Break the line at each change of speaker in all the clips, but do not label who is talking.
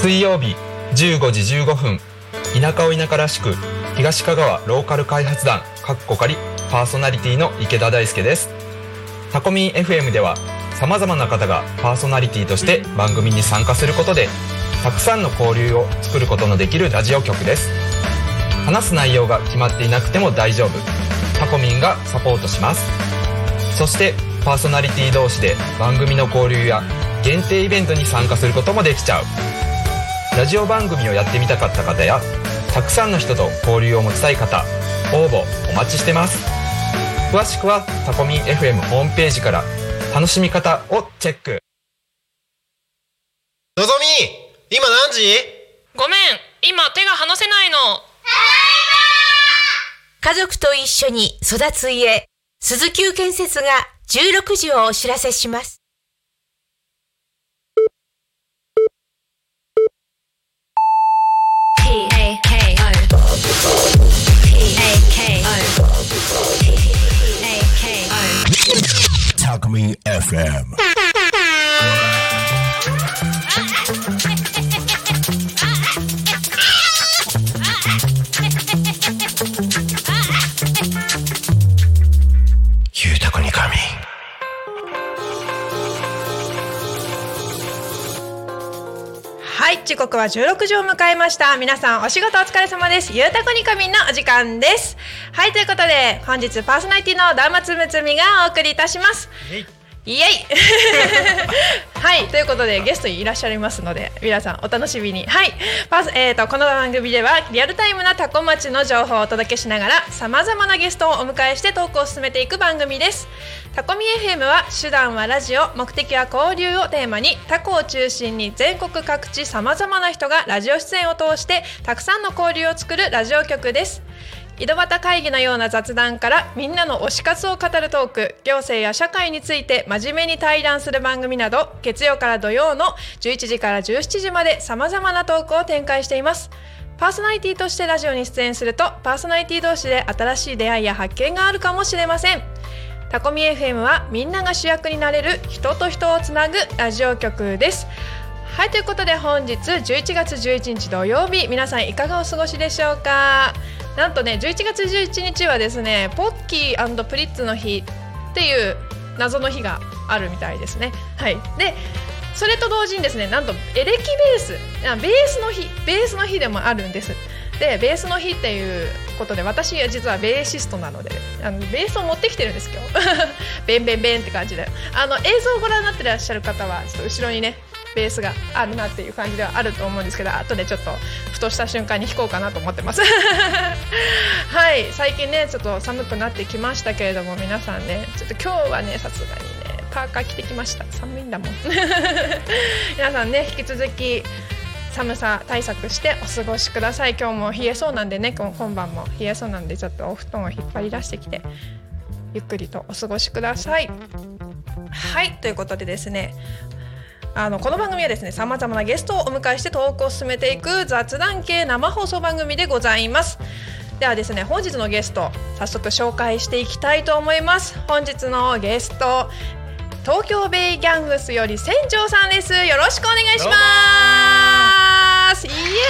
水曜日15時15分田舎を田舎らしく東香川ローカル開発団かっこかりパーソナリティの池田大輔ですタコミン FM ではさまざまな方がパーソナリティとして番組に参加することでたくさんの交流を作ることのできるラジオ局です話す内容が決まっていなくても大丈夫タコミンがサポートしますそしてパーソナリティ同士で番組の交流や限定イベントに参加することもできちゃうラジオ番組をやってみたかった方やたくさんの人と交流を持ちたい方応募お待ちしてます詳しくはタコミン FM ホームページから楽しみ方をチェック
のぞみ今何時
ごめん今手が離せないの
家族と一緒に育つ家、鈴木建設が16時をお知らせします。
P-A-K-O. P-A-K-O. P-A-K-O.
Talk Me FM.
ゆうたこに仮眠
はい時刻は16時を迎えました皆さんお仕事お疲れ様ですゆうたこにかみんのお時間ですはいということで本日パーソナリティのダーマツムツミがお送りいたしますイエイ はいということでゲストにいらっしゃいますので皆さんお楽しみにはいパス、えー、とこの番組ではリアルタイムなタコ町の情報をお届けしながらさまざまなゲストをお迎えしてトークを進めていく番組ですタコミ FM は手段はラジオ目的は交流をテーマにタコを中心に全国各地さまざまな人がラジオ出演を通してたくさんの交流を作るラジオ局です井戸端会議のような雑談からみんなの推し活を語るトーク行政や社会について真面目に対談する番組など月曜から土曜の11時から17時までさまざまなトークを展開していますパーソナリティとしてラジオに出演するとパーソナリティ同士で新しい出会いや発見があるかもしれませんタコミ FM はみんなが主役になれる人と人をつなぐラジオ局ですはいということで本日11月11日土曜日皆さんいかがお過ごしでしょうかなんとね11月11日はですねポッキープリッツの日っていう謎の日があるみたいですねはいでそれと同時にですねなんとエレキベースあベースの日ベースの日でもあるんですでベースの日っていうことで私は実はベーシストなのであのベースを持ってきてるんです今日 ベンベンベンって感じであの映像をご覧になってらっしゃる方はちょっと後ろにねベースがあるなっていう感じではあると思うんですけど後でちょっとふとした瞬間に弾こうかなと思ってます はい最近ねちょっと寒くなってきましたけれども皆さんねちょっと今日はねさすがにねパーカー着てきました寒いんだ もん皆さんね引き続き寒さ対策してお過ごしください今日も冷えそうなんでね今今晩も冷えそうなんでちょっとお布団を引っ張り出してきてゆっくりとお過ごしくださいはいということでですねあのこの番組はですねさまざまなゲストをお迎えしてトークを進めていく雑談系生放送番組でございますではですね本日のゲスト早速紹介していきたいと思います本日のゲスト東京ベイギャングスより船長さんですよろしくお願いしますイエーイ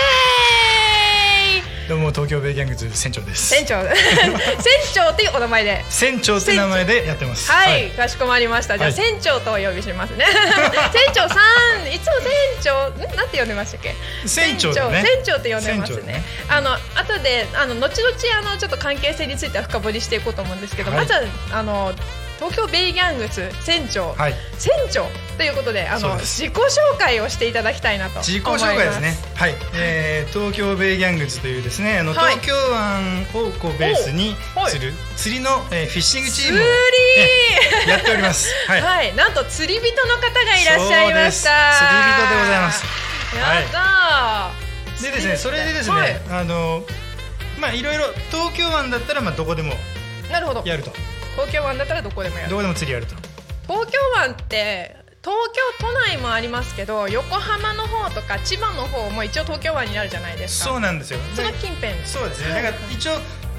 どうも東京ベイギャングズ船長です
船長船長っていうお名前で
船長って名前でやってます
はい、かしこまりました。じゃあ、
はい
船長とお呼びしますね。船長さん、いつも船長、んなんて呼んでましたっけ。
船長だね
船長って呼んでますね。
船長だね
あの、後で、あの、後々、あの、ちょっと関係性については深掘りしていこうと思うんですけど、
はい
まずは、あの。東京ベイギャングス船長、
はい
船長ということで、あ
そ
の、
うです
自己紹介をしていただきたいなと思います。
自己紹介ですね。はい、えー、東京ベイギャングズというですねあの、
はい
東京湾をこうベースに
おはい
釣る、釣りの、えーフィッシングチー
釣
ム
り
を、えーやっており ますはい、
はい、なんと釣り人の方がいらっしゃいました。
そうです釣り人でございます
やったー。
でですねそれでですね、
はい
あのまあいろいろ東京湾だったらまあどこでも
なるほど。
やると
東京湾だったらどこでもやる
どこでも釣りやると
東京湾って東京都内もありますけど横浜の方とか千葉の方も一応東京湾になるじゃないですか
そうなんですよ
そ
で
の近辺
そうですね。だから一応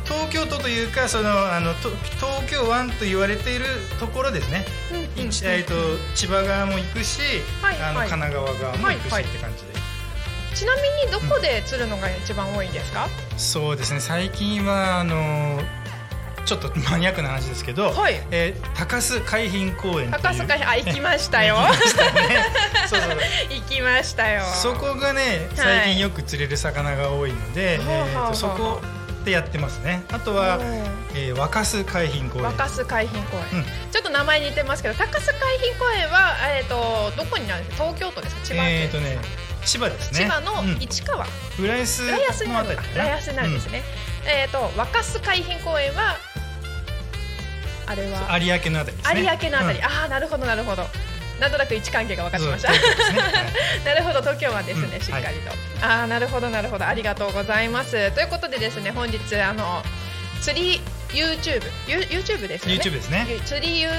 東京都というかそのあのと東京湾と言われているところですね。
うん
一えっと千葉側も行くし、
はい
あの
はい
神奈川側も行くし
はいはい
って感じで。
ちなみにどこで釣るのが一番多いんですか、
そうですね最近はあのちょっとマニアックな話ですけど、
はい
えー高須海浜公園っていう
高 須海あ行きましたよ
そ うそう
行きましたよ
そこがね最近よく釣れる魚が多いので、
はい
えーと
はあはあ
そこでやってますねあとは
おー、
えー、若須海浜公園
若洲海浜公園、
うん
ちょっと名前似てますけど高須海浜公園は、えー、とどこになるんですか東京都ですか千葉県、
えーとね千葉ですね
千葉の
うん
市川、
浦安
浦安に
の
な
あ
るの
たり
か
かな
浦安になるんですね、えっ、と若洲海浜公園はあれは
有明のあたりですね
有明のあたり、
うん
ああなるほどなるほどなんとなく位置関係が分かりました
そうそうですねはい
なるほど東京湾ですね、
うん
しっかりと、ああなるほどなるほどありがとうございますということでですね本日あの釣り YouTube ユ YouTube ですよね
YouTube ですね
ゆ釣り You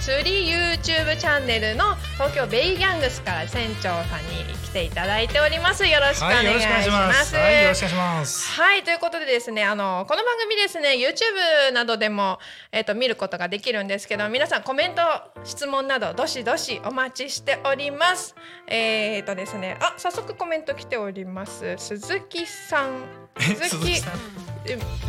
釣り YouTube チャンネルの東京ベイギャングスから船長さんに来ていただいておりますよろしくお
は
願
いよろ
い
し
し
くお願いしま
ますす
はいよろしくお願いします
はいということでですねあのこの番組ですね YouTube などでも、えっと見ることができるんですけど皆さんコメント質問などどしどしお待ちしておりますえっ、とですねあ早速コメント来ております鈴木さん鈴木
さん
えと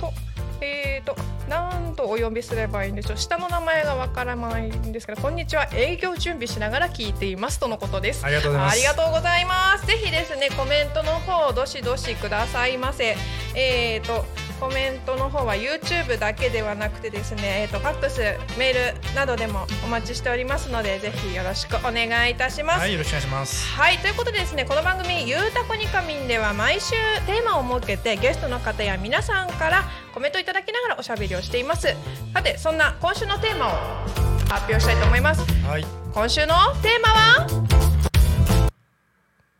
とえーと何とお呼びすればいいんでしょう下の名前がわからないんですけどこんにちは営業準備しながら聞いていますとのことです
ありがとうございます
ありがとうございます。ぜひですね、コメントの方、どしどしくださいませ。えー、と、コメントの方は YouTube だけではなくてですね、えー、と、ファックス、メールなどでもお待ちしておりますので、ぜひよろしくお願いいたします。
はいよろしくお願いします
はいということでですねこの番組「ゆうたこにかみん」では毎週テーマを設けてゲストの方や皆さんからコメントいただきながらおしゃべりをしていますさてそんな今週のテーマを発表したいと思います
はい
今週のテーマは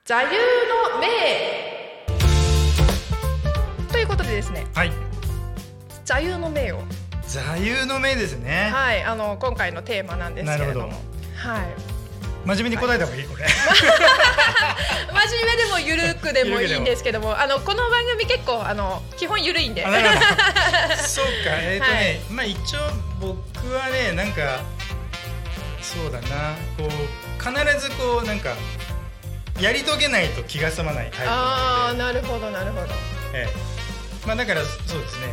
座右の銘ということでですね
はい
座右の銘を
座右の銘ですね
はいあの今回のテーマなんです
な
け
る
れ
ほ
ど
ど
もはい
真面目に答えた方がいいこれ
真面目でもゆるくでもいいんですけど もあのこの番組結構あの基本ゆるいんで
あ
は
ないるほ どそうかえっ、とね、まあ一応僕はねなんかそうだなこう必ずこうなんかやり遂げないと気が済まないタイプ
あ
な
あな
ので
るほどなるほど
ええまあだからそうですね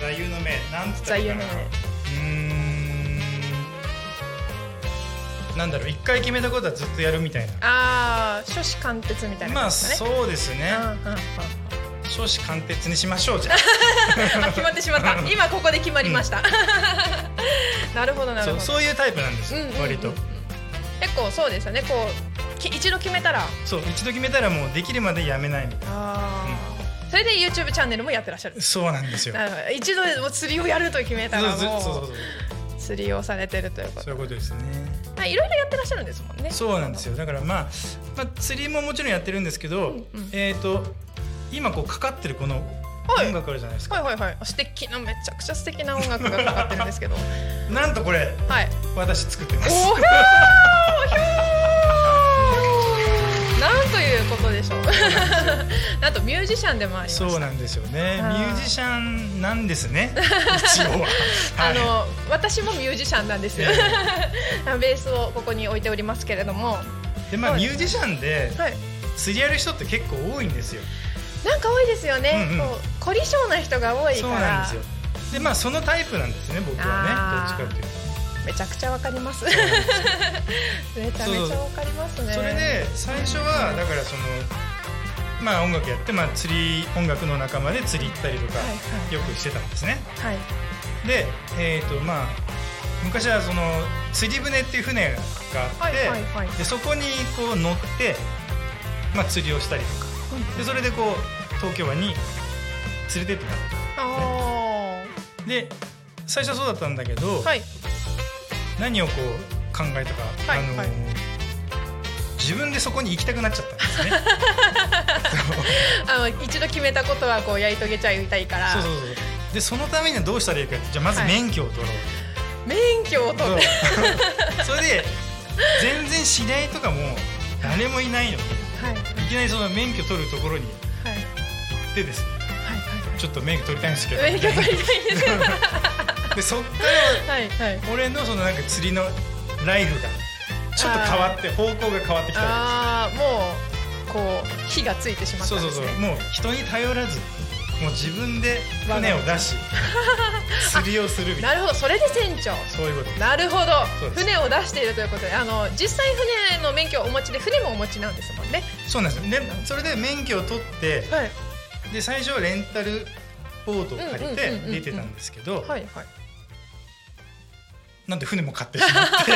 座右の銘なんつった
座
らいい
右
か
の
な
銘
うーんなんだろう一回決めたことはずっとやるみたいな
ああ初子貫徹みたいな
ま
感
あ
じですかね、
そうですね
うんうんうん
少子貫徹にしましょうじゃあ
あ決まってしまった今ここで決まりました、 なるほ どなる
そ
ほ
う
ど
そういうタイプなんですよ、
うんうんうん
割と
結構そうですよねこうき一度決めたら
そう一度決めたらもうできるまでやめないみたい
あー、それで YouTube チャンネルもやってらっしゃる
なそうなんですよ
なるほど一度もう釣りをやると決めた
そう
ら
そうそう
も
そう
う釣りをされてるというこ
そう
と
いうことですね
まあいろいろやってらっしゃるんですもんね
そうなんですよだからまあ、まあ、釣りももちろんやってるんですけど、
うん
えっ、と今こうかかってるこの
はい
音楽あるじゃないですか、
はいはいはい素敵なめちゃくちゃ素敵な音楽がかかってるんですけど は
なんとこれ
い
私作ってます
おひょーひょーなんということでしょう なんとミュージシャンでもありました
そうなんですよね
あ
ミ
ー
ュージシャンなんです ね一応は、
あ
はい
の私もミュージシャンなんですよ。ベースをここに置いておりますけれども、は
でまあ
はい
ミュージシャンで
い、
釣りやる人って結構多いんですよ
なんか多いですよね。
うんうん
こう凝り性な人が多い
そう
か
なんで
ら
すよでまあそのタイプなんですね僕は
あー
ねどっちかっていうと
めちゃくちゃわかります。 めちゃ
そ
め
う
ちゃわかりますね。
それで最初はだからそのまあ音楽やって、まあ、釣り音楽の仲間で釣り行ったりとか
はいはい
よくしてたんですね、
はい
でえっ、とまあ昔はその釣り船っていう船があって、
はいはいはい
でそこにこう乗って、まあ、釣りをしたりとかでそれでこう東京湾に連れてってもら
あ
うで最初はそうだったんだけど、
ーはい
何をこう考えたか、
はい
あのー
はい
自分でそこに行きたくなっちゃったんです ね。
あの一度決めたことはこうやり遂げちゃいたいから
そうそうそうでそのためにはどうしたらいいかってじゃあまず
はい
免許を取ろう、
免許を取る。
そうそれで全然知り合いとかも誰もいないのい
はいはい
きなりその免許取るところに行
はい
ってですね
は
ちょっと免許取りたいんですけど
いはい。免許取りたいです。
でそっか
はいはい。
ら俺のそのなんか釣りのライフがちょっと変わって方向が変わってきたわ
ああもうこう火がついてしまった
そ
ん
う
です
そう
ね
そうもう人に頼らずもう自分で船を 出し釣りをするみた
ない
な
るほどそれで船長
そういうことです
なるほ
そう
ど
です
船を出しているということであの実際船の免許をお持ちで船もお持ちなんですもんね
そうなんですよでそれで免許を取って
はい
で最初はレンタルボートを借り
うんうんうんうんうん
て出てたんですけど
はいはい
なんで船も買ってしまって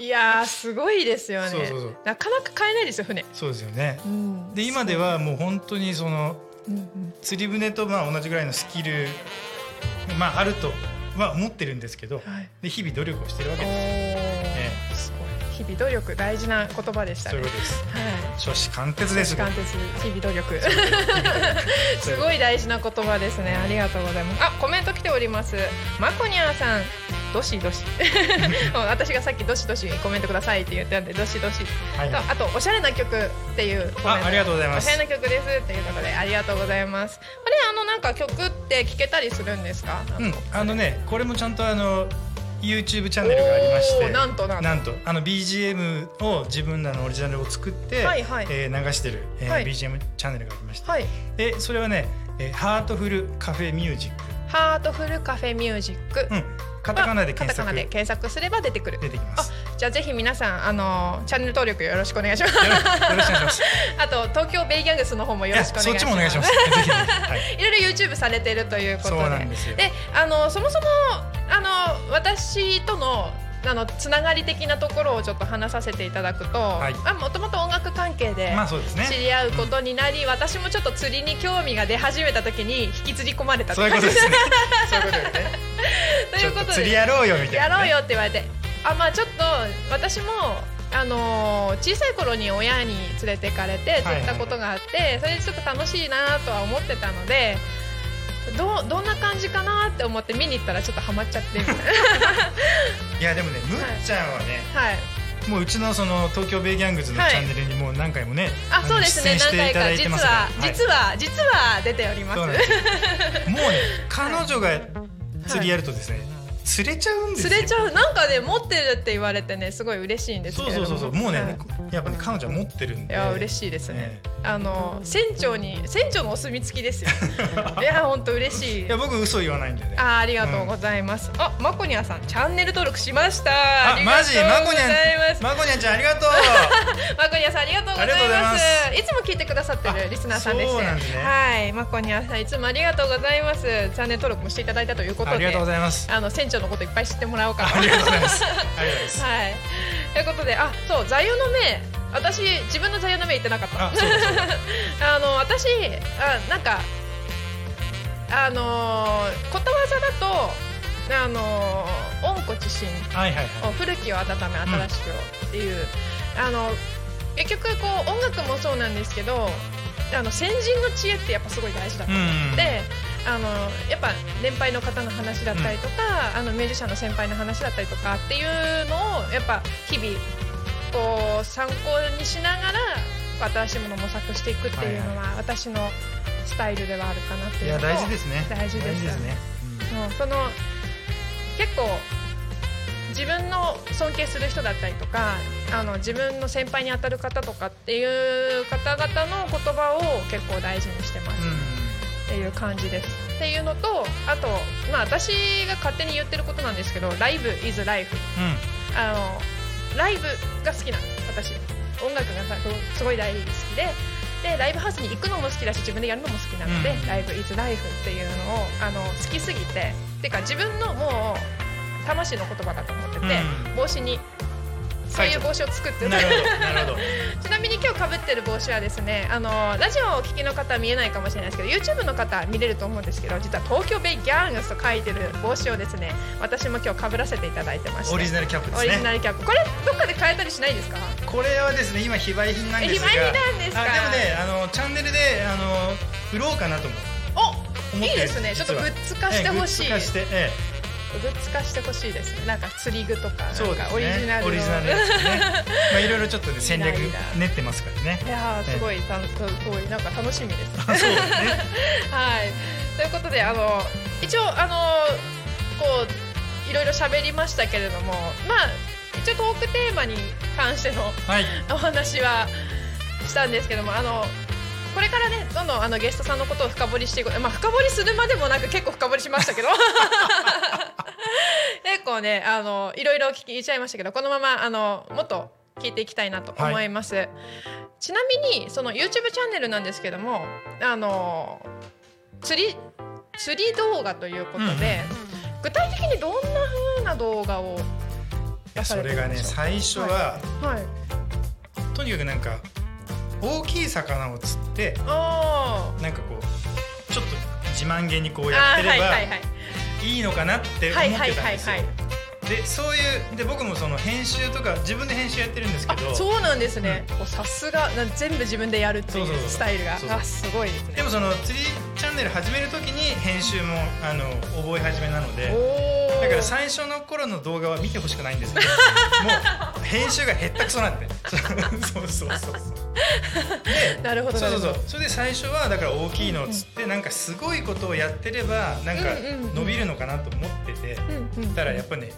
いやーすごいですよね
そうそうそう
なかなか買えないですよ船、
そうですよね
うん
で今ではもう本当にその
うんうん
釣り船とまあ同じぐらいのスキルまああるとは思ってるんですけど
はい
で日々努力をしてるわ
お
け
ー
です
す
よ
ごい日々努力大事な言葉でした
そう
ね
いうことです
はい
初子貫徹です
時間鉄日々努力す
い
ごい大事な言葉ですねありがとうございますあコメント来ておりますまこにゃんさんどし どし私がさっきどしどしコメントくださいって言ったんでどしどし
はい
とあとおしゃれな曲っていうコメン
あ
ト
ありがとうございま
おしゃ
す
れな曲ですっていうことでありがとうございますあれあのなんか曲って聞けたりするんですか
うんあのねこれもちゃんとあの YouTube チャンネルがありまし
お
て
ーなんとなんと
なんとあの BGM を自分らのオリジナルを作って、
はいはい
えー流してる、えー
はい
BGM チャンネルがありまして、
はい
でそれはね、えーハートフルカフェミュージック」
ハートフルカフェミュージック、
うん、カタカナで検
カタカナ
索
で
出
検索すれば出てくる
てきます
じゃあぜひ皆さんあのチャンネル登録よろしくお願いします
よろよろしくお願いします
あと東京ベイギャングスの方も
い
よろ
や
しくお願いします
そっちもお願いし ますぜひね、はい、
いろいろ YouTube されてるということで
そうなんですよ
であのそもそもあの私とのあのつながり的なところをちょっと話させていただくと、
はい
あもともと音楽関係で
まあそうですね
知り合うことになり、私もちょっと釣りに興味が出始めた時に引きずり込まれたって
そういうことです ねそういうことですね
と
ち
い
ょ
う
っ
ことと
釣り
で
やろうよみたいな、
やろうよって言われてあまあちょっと私もあのー小さい頃に親に連れてかれて
はい
釣ったことがあって、それでちょっと楽しいなとは思ってたのでどうどんな感じかなって思って見に行ったらちょっとハマっちゃってみたい な
いやでもねむっちゃんはね、
はい
もううちのその東京ベイギャングズのチ
はい
ャンネルにもう何回もね、
あそうですね
出演し
何
てい
回
ただ
か
いて
実
ますから
は、実は実は出ております
そうなんですよ もうね彼女が釣りやるとですね、釣れちゃうんですよ
釣れちゃうなんかね持ってるって言われてねすごい嬉しいんですけ
そう
れど
そう
も
そうそうもうね、
はい
やっぱね彼女は持ってるん
い
で
や嬉
い
しいですね
え。
あの船長に船長のお墨付きです よ。いや本当嬉しい
い。や僕嘘言わないんでね
あーありがとうございます。あマコニャンさんチャンネル登録しました。
あ
ありが
マ
と
ジ
うご
まこに
ざい
ゃ
ま
ん
す。
まこにゃんちゃんありがとう
マコニャンさんありがとうござい
ありがとうござい
ま。
ます
いつも聞いてくださってるリスナーさんです。
そうなんですね
はいマコニャンさんいつもありがとうございます。チャンネル登録もしていただいたということで。
ありがとうございます
あの船長のこといっぱい知ってもらおうかな。
ありがとうございますありがとうございます
はい。ということで、あ、そう、座右の銘。私、自分の座右の銘言ってなかった。あ
あそうだ
の、私、あ、なんか。あのー、ことわざだと。あのー、温故知新
はいはい
を古きを温め新しくをっていう。あの、結局、こう、音楽もそうなんですけど。あの、先人の知恵って、やっぱすごい大事だと思って
うん
であのやっぱ年配の方の話だったりとか、あのミュージシャンの先輩の話だったりとかっていうのをやっぱ日々こう参考にしながらこう新しいものを模索していくっていうのは私のスタイルではあるかなって
い
いう
や
のと
大事ですね
大事です
ね、
うんその結構自分の尊敬する人だったりとかあの自分の先輩に当たる方とかっていう方々の言葉を結構大事にしてます。
う
っていう感じです。っていうのとあと、まあ、私が勝手に言ってることなんですけどライブ is life
んうん
あのライブが好きなんです私音楽がすごい大好きででライブハウスに行くのも好きだし自分でやるのも好きなので、
うん
ライブ is life っていうのをあの好きすぎてっていうか自分のもう魂の言葉だと思ってて、
うん
帽子にそういう帽子を作って
う
て
んなるほどな るほど
ちなみに今日かぶってる帽子はですねあのラジオをお聞きの方は見えないかもしれないですけど YouTube の方は見れると思うんですけど実は東京ベイギャングスと書いてる帽子をですね私も今日かぶらせていただいてまして
オリジナルキャップです
オ
ね
リジナルキャップこれどっかで買えたりしないですか
これはですね今非売品なんですが
え非売品なんですか
あでもねあのチャンネルであの売ろうかなと思
お
思ってる
いいですねちょっとグッズ化してほしい、
ええグ
グ
ッズ化して、え
ッズ化してほしいですねなんか釣り具とか
え、そうで
なんか
すね
オリジナルの
オリジナルですねまあいろいろちょっとね戦略
いいな
練ってますからね
いやーすごい楽しそうなんか楽しみです。 はい。ということであの一応あのこういろいろ喋りましたけれども、まあ一一応トークテーマに関しての
はい
お話はしたんですけどもあのこれからねどんどんあのゲストさんのことを深掘りしていくまあ深掘りするまでもなく結構深掘りしましたけ ど結構ねあのいろいろ聞いちゃいましたけどこのままあのもっと聞いていきたいなと思います、ちなみにその YouTube チャンネルなんですけどもあの釣り釣り動画ということで、具体的にどんな風な動画を出さ
そ
れて
れ
る
が
ん
ね
でしょ
最初は、
うはい
とにかくなんか大きい魚を釣って
あ
なんかこうちょっと自慢げにこう
ー
やっ
あ
て
ー
れば、
はいはいはい
いいのかなって思
は
っ
いはい
てたん
はい
ですよ。
はい。
でそういうで僕もその編集とか自分で編集やってるんですけ
あ
ど、
そうなんですね。おさすがな全部自分でやるってい
そうそうそうう
スタイルが
そうそう
あすごいですね。
でもその釣りチャンネル始める時に編集もあの覚え始めなので
おお。
だから最初の頃の動画は見てほしくないんで すけどもう編集がへったくそなんで そうそう そうそう
なるほど
そ
な
う
る
そ
ほ
う
ど
そう。それで最初はだから大きいのを釣ってなんかすごいことをやってればなん
うんう
か
んうん
伸びるのかなと思ってて
うんうん。
たらやっぱね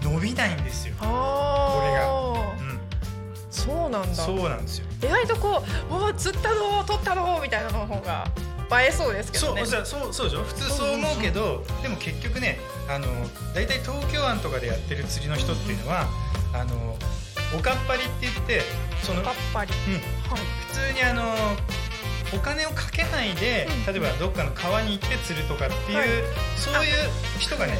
伸びないんですよ、
ああ
う。ん、
そうなんだ
そ。うなんですよ
意外とこうおお釣ったの取ったのみたいなのの方が映えそうですけ
そ
どね。
うそうそうそうでしょ普通そう思うけど、でも結局ねあの大体東京湾とかでやってる釣りの人っていうのはあのおかっぱりって言ってその、うん、
やっぱり。
普
はい。
通にあのお金をかけないで例えばどっかの川に行って釣るとかっていう、
はい
そういう人がね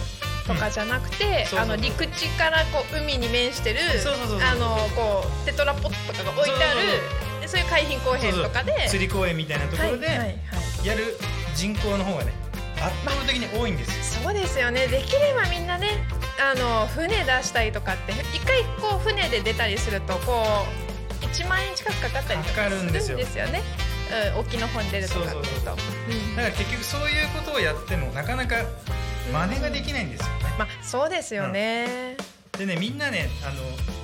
とかじゃなくて、
そうそうそ
あの
う
陸地からこう海に面してる
そうそうそうそう
あのこうテトラポットとかが置いてある
そうそう
でそういう海浜公園とかで
釣り公園みたいなところで
はいはいはい、
やる人口の方がね圧倒的に多いんですよ。
そうですよねできればみんなねあの船出したりとかって一回こう船で出たりするとこう1万円近くかかったりと
かか
か
る
する
ん
ん
で
ですす
よ
よね。うん、沖の方に出るとかって
そ
いうう
そう
と
そう
うん
だから結局そういうことをやってもなかなか真似ができないんですよね。
まあそうですよね、
でねみんなねあの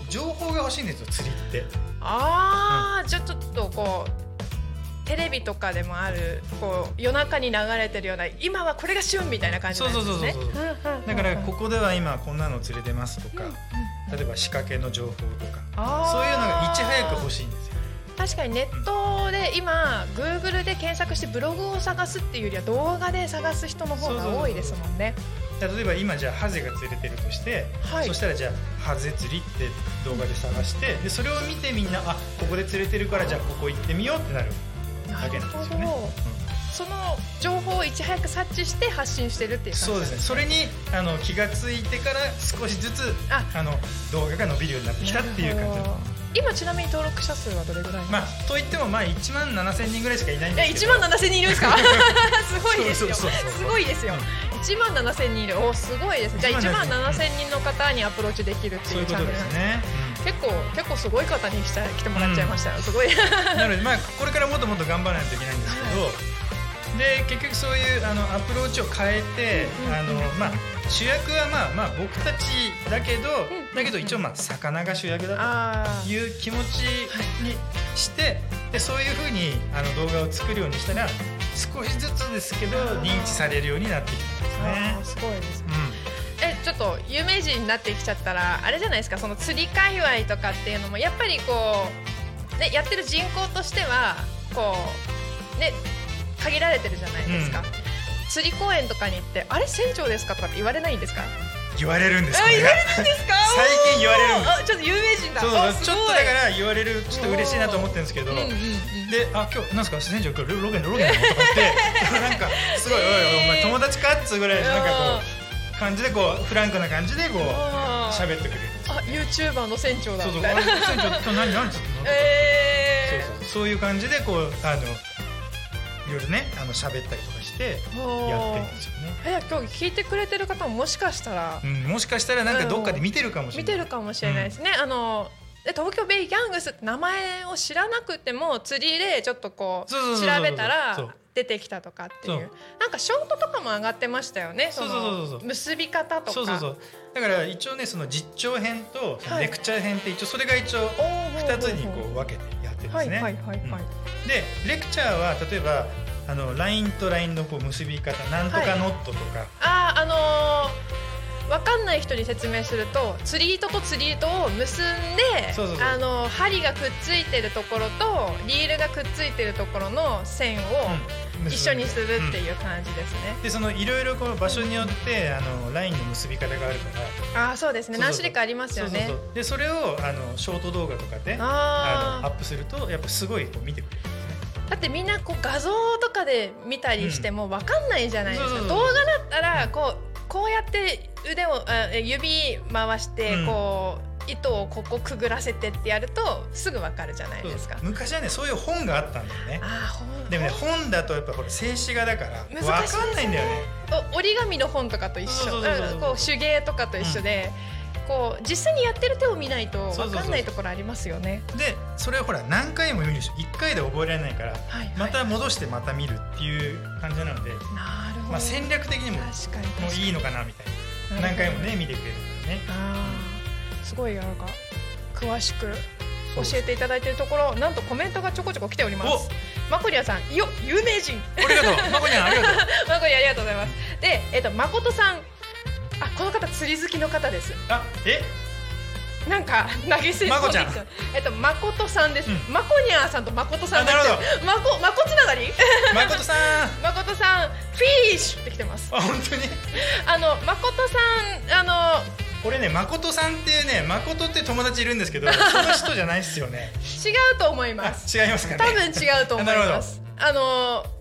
情報が欲しいんですよ釣りって
ああ、じゃあちょっとこうテレビとかでもあるこう夜中に流れてるような今はこれが旬みたいな感じなんですね
そうそうそうそうそうん
んんん
だからここでは今こんなの釣れてますとか、例えば仕掛けの情報とか
あー
そういうのがいち早く欲しいんですよ
確かにネットで今 Google で検索してブログを探すっていうよりは動画で探す人の方が多いですもんね
だから例えば今じゃあハゼが釣れてるとして、
はい
そしたらじゃあハゼ釣りって動画で探してでそれを見てみんなあここで釣れてるからじゃあここ行ってみようってなる
な
だけ
る
なん
ほ
で
ど
すよね
その情報をいち早く察知して発信してるっていう感じ
そうですねそれにあの気が付いてから少しずつあ
あ
の動画が伸びるようになってきたっていう感じ
なるほど今ちなみに登録者数はどれぐらいなんですか
まあといってもまあ1万7000人ぐらいしかいないん
い
で
や
すけ
1
ど
万7千人いるんですかすごいですよ
そうそうそうそう
すごいですよ1万7千人いるおすごいですじゃあ1万7千人の方にアプローチできるって
そう
い
いう
う
こ
チャ
と
ンネ
で
ルなん
す
ですね
ね、
結構結構すごい方に来た来てもらっちゃいましたよ、すごい
うん なのでまあこれからもっともっと頑張らないといけないんですけど、で結局そういうあのアプローチを変えて、あのまあ主役はまあまあ僕たちだけど、だけど一応まあ魚が主役だ
あ
という気持ちにしてでそういうふうにあの動画を作るようにしたら少しずつですけど認知されるようになってきたんですね
あ。すごいです
う
ね
ん
えちょっと有名人になってきちゃったらあれじゃないですかその釣り界隈とかっていうのもやっぱりこう、ね、やってる人口としてはこうね限られてるじゃないですか、
うん
釣り公園とかに行って「あれ船長ですか?」とかって言われないんですか
言われるんです
あ
これ
言
が
われるんですか
最近言われるんです
あちょっと有名人だ
そう
あ
ちょっとだから言われるちょっと嬉しいなと思ってるんですけど、
うんうんうん
で「あ今日なんすか船長今日ロケロケなの?」とか言って なんかすごい「おいおいお前友達か?」っつうぐらいなんかこう感じでこうフランクな感じでこう
あー
喋ってくれるんですよ
あユーチューバーの船長だ
そうそ
み
う「
たいな
あ船長今日何何?」ちょっと
え
そうそうそういう感じでこうあのいろいろねあの喋ったりとかし
ー
てやってる
ほ
んですよね、
ーいや今日聞いてくれてる方ももしかしたら
うん、もしかしたらなんかどっかで見てるかもしれ
見
な
て
い
るかもしれないですね、あので東京ベイギャングスって名前を知らなくても釣りでちょっとこう
そうそうそう
調
そう
べた
そう
ら出てきたとかってい
そう
うなんかショートとかも上がってましたよねその
そうそうそうそう
結び方とか
そうそうそうだから一応ねその実調編とその
はい
レクチャー編って一応それが一応
おー
2つにこう分けてやってるんで
は
す
い
ね、
はいはいはい、
でレクチャーは例えばあのラインとラインのこう結び方なんとかノットとか、
あーあのー
分かんない人に説明すると釣り糸と釣り糸を結んで
そうそうそう
あの針がくっついてるところとリールがくっついてるところの線を一緒にするって
う
いう感じですね、
んでそのいろいろこの場所によってあのラインの結び方があるから
ああそうですね
そうそう
何種類かありますよね
そうそうそうでそれをあのショート動画とかで
あ
あのア
あ
ップするとやっぱすごいこう見てくれるんですね
だってみんなこう画像とかで見たりしても分かんないじゃないですか、
うん
動画だったらこうこうやって腕をあえ指回して
うん
こう、糸をここくぐらせてってやるとすぐ分かるじゃないですか
そう昔はねそういう本があったんだよね
あーほん
でもね本だとやっぱこれ静止画だから
難しい
わかんないんだよね
お折り紙の本とかと一緒
そううそうそうそうん
こう手芸とかと一緒で、こう実際にやってる手を見ないと
そうそう
分
そう
かんないところありますよね。
でそれをほら何回も見るでしょ1回で覚えられないから
はいはい
また戻してまた見るっていう感じなので、
なるほど、
まあ、戦略的にもも
確かに確かに
ういいのかなみたいな何回もね見てくれるからね
あーすごいなんか詳しく教えていただいているところなんとコメントがちょこちょこ来ておりますマコリアさんよ有名人
ありがとうまこにゃんありがとう
マコリアありがとうございますでえっと誠さんあこの方釣り好きの方です
あ え
なんか投げ銭
まこちゃん
えっと誠さんです、
うん
マコニャーさんと誠さんが来
あ
て
なる
るマコマコつながり
まことさん
誠さんフィッシュって来てます
あ本当に
あの誠さんあの
これねまことさんっていうねまことって友達いるんですけどその人じゃないっすよね
違うと思い
あ
ます
違いますかね
多分違うと思います。あのー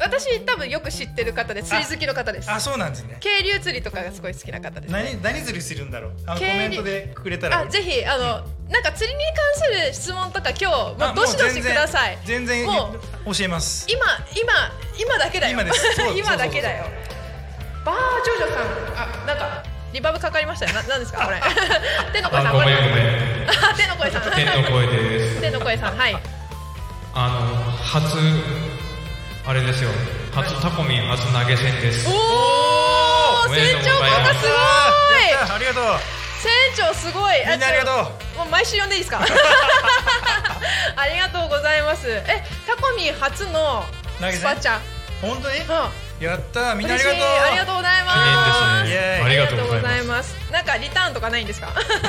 私多分よく知ってる方で釣り好きの方です。
あそうなんですね
渓流釣りとかがすごい好きな方です。
何何釣りするんだろうあのコ
経理
メントでくれたら
あぜひあのなんか釣りに関する質問とか今日もうどしどしください。
全然
もう
教えます
今今今だけだよ。
今 ですそう
今だけだよ。バージョジョさんあなんかリバーブかかりましたよ。ななんですかこれ。 手の声さん。
あごめんごめん
あ 手の声さん。
天の声です
手の声さんはい。
あの初あれですよ初タコミン初投げ船です
おお
おめで
船
とうござ
長
い
効
ま
果
す
すごい。
やったありがとう
船長すごい
みんなありがとう
うもう毎週呼んでいい ですかありがとうございますえタコミン初の
投げ銭
スパチャ、
本当に
うん、
やったみんなあ
嬉
り
しい
がとう
ありがとうございま
記
す
イエーイ
念ですねありがとうございます
すなんかリターンとかないんです か
あリタ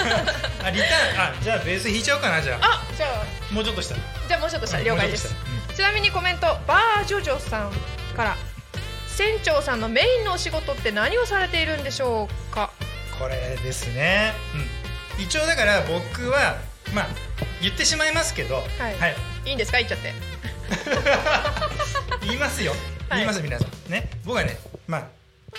ーンあじゃあベース引いちゃおうかなじゃあ
あじゃあ
もうちょっとしたら
じゃあもうちょっとしたら了解です
もうちょっとし
ちなみにコメントバージョジョさんから船長さんのメインのお仕事って何をされているんでしょうか
これですね、うん、一応だから僕はまあ言ってしまいますけどはい
いいんですか言っちゃって
言いますよ
はい
言います皆さんね僕はねまあ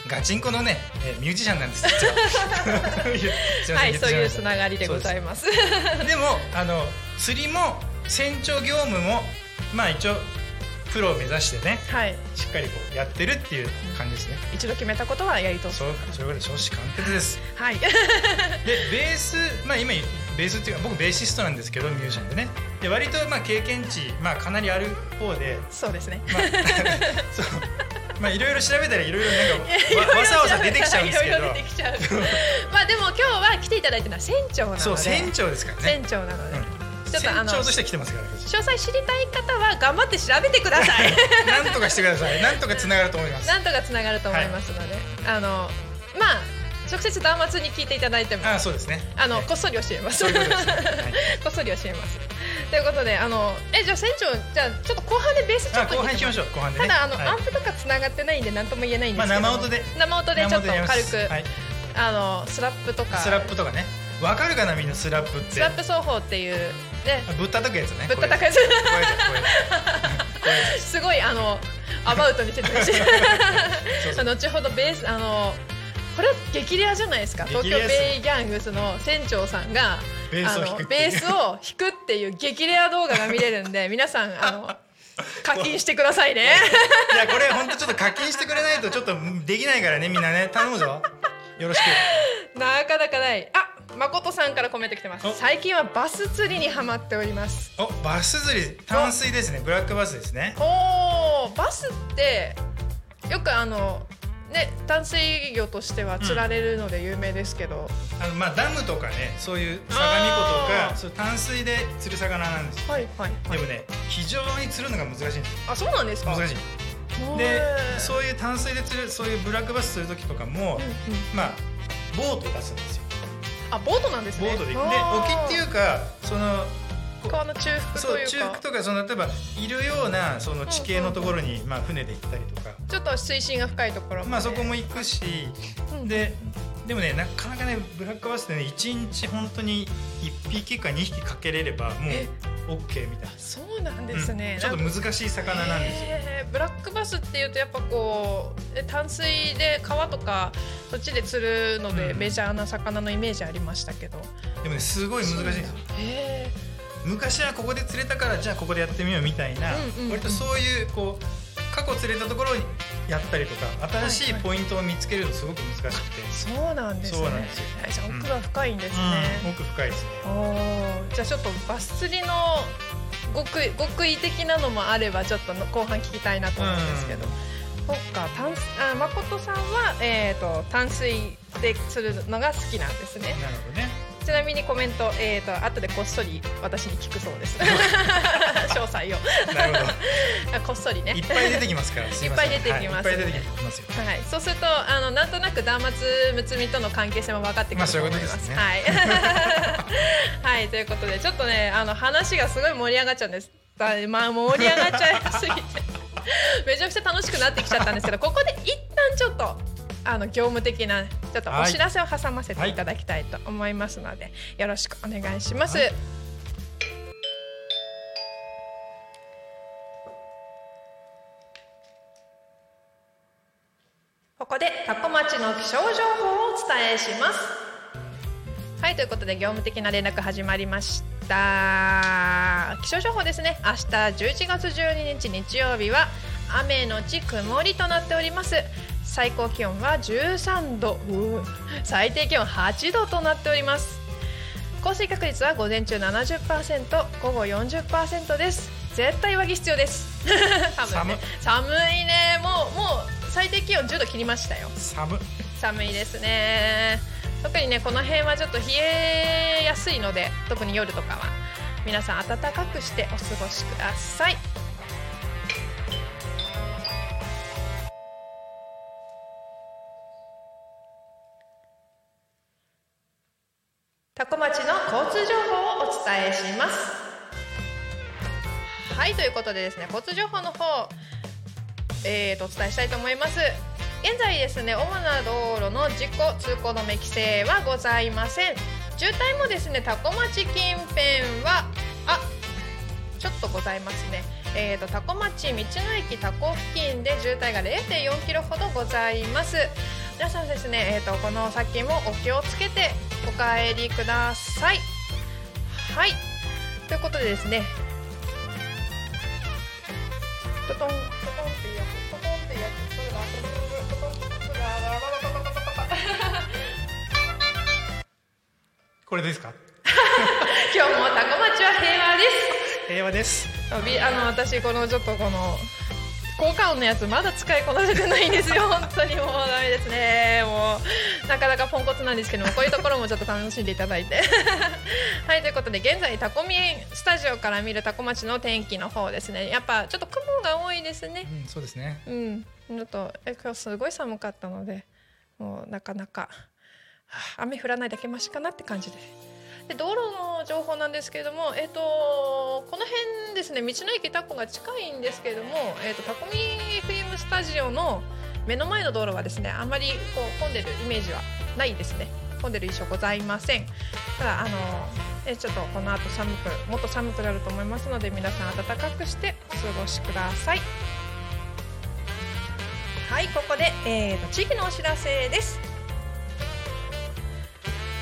ガチンコのね、えーミュージシャンな んです実はすません
はい
言って
そう
しま
い
ま
う
した
つながりでございます
でもあの釣りも船長業務もまあ一応プロを目指してね
はい
しっかりこうやってるっていう感じですね
一度決めたことはやり通す
そうそういうことで少子完結です
はい
でベースまあ今ベースっていうか僕ベーシストなんですけどミュージシャンでねで割とまあ経験値まあかなりある方で
そうですね
まあ そうまあいろいろ調べたらいろいろなん かわわざわざ出てきちゃうんですけ
いろいろ出て
ど
きちゃうまあでも今日は来ていただいてるのは船長なので
そう船長ですからね
船長なので、
うん
ちょっとあ
船
の
長と
詳
して来てますから
細知りたい方は頑張って調べてくだ さい
なんとかしてくだ さいなんとかつながると思います
なんとかつながると思いますので、あのまあ直接端末に聞いていただいても
あそうですね
あの
ね
こっそり教えます
そういうことですねはい
こっそり教えますということであのえじゃあ船長じゃあちょっと後半でベースちょ
あ
っと
後半行きましょう後半でね
ただあの、
はい
アンプとかつながってないんで何とも言えないんですけど、
まあ生音で
生音でちょっと
生でやりま
軽
す
く、
はい
あのスラップとか
スラップとかねわかるかなみんなスラップって
スラップ奏法っていうね
あぶったたくやつね
ぶったたくやつ
こういうやつこういうや
すごいあのアバウトに説明して
そうそう
後ほどベー スあのこれは激レアじゃないですか東
激
京
レアです
ベイギャングスの船長さんが
ベースを
あの
弾くっていう
ベースを弾くっていう激レア動画が見れる んで皆さんあの課金してくださいね
ついやこれ本当ちょっと課金してくれないとちょっとできないからねみんなね頼むぞよろし
なかなかないあ誠さんからコメント来てます
お
最近はバス釣りにハマっております
くおバス釣り淡水ですねブラックバスですね
おーバスってよくあのね淡水魚としては釣られるので有名ですけど、
あのまあダムとかねそういう相模湖と
あー
かそう淡水で釣る魚なんですよ
はいはいは
で
い
もね非常に釣るのが難しいんですよ
あそうなんですか
難しい
おー
でそういう淡水で釣るそういうブラックバス釣る時とかも、
うんうん
まあボート出すんですよ
あボートなんです
ボ
ね
ートで行くで
あー
沖っていうかその
川の中腹
そ
といううか
中腹とかその例えばいるようなその地形のところに、まあ、船で行ったりとか、
ちょっと水深が深いところで
まあ、そこも行くし、
うん
ででもねなかなかねブラックバスってね1日本当に1匹か2匹かけれればも
え
う OK みたいな
そうなんですね、
うんちょっと難しい魚なんですよ、
へーブラックバスっていうとやっぱこうえ淡水で川とかそっちで釣るので
うん
メジャーな魚のイメージありましたけど、
でもねすごい難しいんですよ
へえ
昔はここで釣れたからじゃあここでやってみようみたいな、
うんうんうん
割とそういうこう過去釣れたところにやったりとか新しい
はいはい
ポイントを見つけるのすごく難しくて、
そうなんですね
そうなんですよ
えじゃあ奥が深いんですね、
うん奥深いですね
おーじゃあちょっとバス釣りの極意極意的なのもあればちょっとの後半聞きたいなと思うんですけど、そっか淡水あ誠さんは、えー、と淡水で釣るのが好きなんですね
なるほどね
ちなみにコメント、えー、と後でこっそり私に聞くそう です。詳細を。
なるほど
あこっそり ね。
いっぱい出てきますから。すません
いっぱい出てきます
はいいっぱい出てきますよ。
はい、そうするとあのなんとなくダーマツムツミとの関係性も分かってくると思いま。
まあそういうことですすね
はい。はい ということでちょっとねあの話がすごい盛り上がっちゃうんです。だまあ盛り上がっちゃいすぎてめちゃくちゃ楽しくなってきちゃったんですけどここで一旦ちょっとあの業務的なちょっとお知らせを挟ませていただきたいと思いますので、よろしくお願いします。
は
ここでタコ町の気象情報をお伝えしますはいということで業務的な連絡始まりました気象情報ですね明日11月12日日曜日は雨のち曇りとなっております最高気温は13度うー最低気温8度となっております降水確率は午前中70%午後40%です絶対上着必要です 寒いね寒いねもうもう最低気温10度切りましたよ
寒。
寒いですね特にねこの辺はちょっと冷えやすいので特に夜とかは皆さん暖かくしてお過ごしくださいタコ町の交通情報をお伝えしますはいということでですね交通情報の方えー、とお伝えしたいと思います現在ですね主な道路の事故通行止め規制はございません渋滞もですね多古町近辺はあちょっとございますねえー、と多古町道の駅多古付近で渋滞が0.4キロほどございます皆さんですね、えー、とこの先もお気をつけてお帰りくださいはいということでですねトトントトンっていうやつトトンっていうやつそれがトトントトントトントトントトン
これですか。
今日もタコ町は平和で
平和です。
すあびあの私このちょっとこの効果音のやつまだ使いこなせてないんですよ本当にもうダメですねもうなかなかポンコツなんですけどもこういうところもちょっと楽しんでいただいてはいということで現在タコミンスタジオから見るタコ町の天気の方ですねやっぱちょっと雲が多いですね
うん、そうですね。
うん、ちょっとえ今日すごい寒かったのでもうなかなかはあ雨降らないだけマシかなって感じでで道路の情報なんですけれども、えっとこの辺ですね道の駅タコが近いんですけれども、えっとタコミ FM スタジオの目の前の道路はですねあんまりこう混んでるイメージはないですね混んでる印象ございませんただあのえちょっとこの後寒くもっと寒くなると思いますので皆さん暖かくしてお過ごしくださいはい、ここで、えーと地域のお知らせです。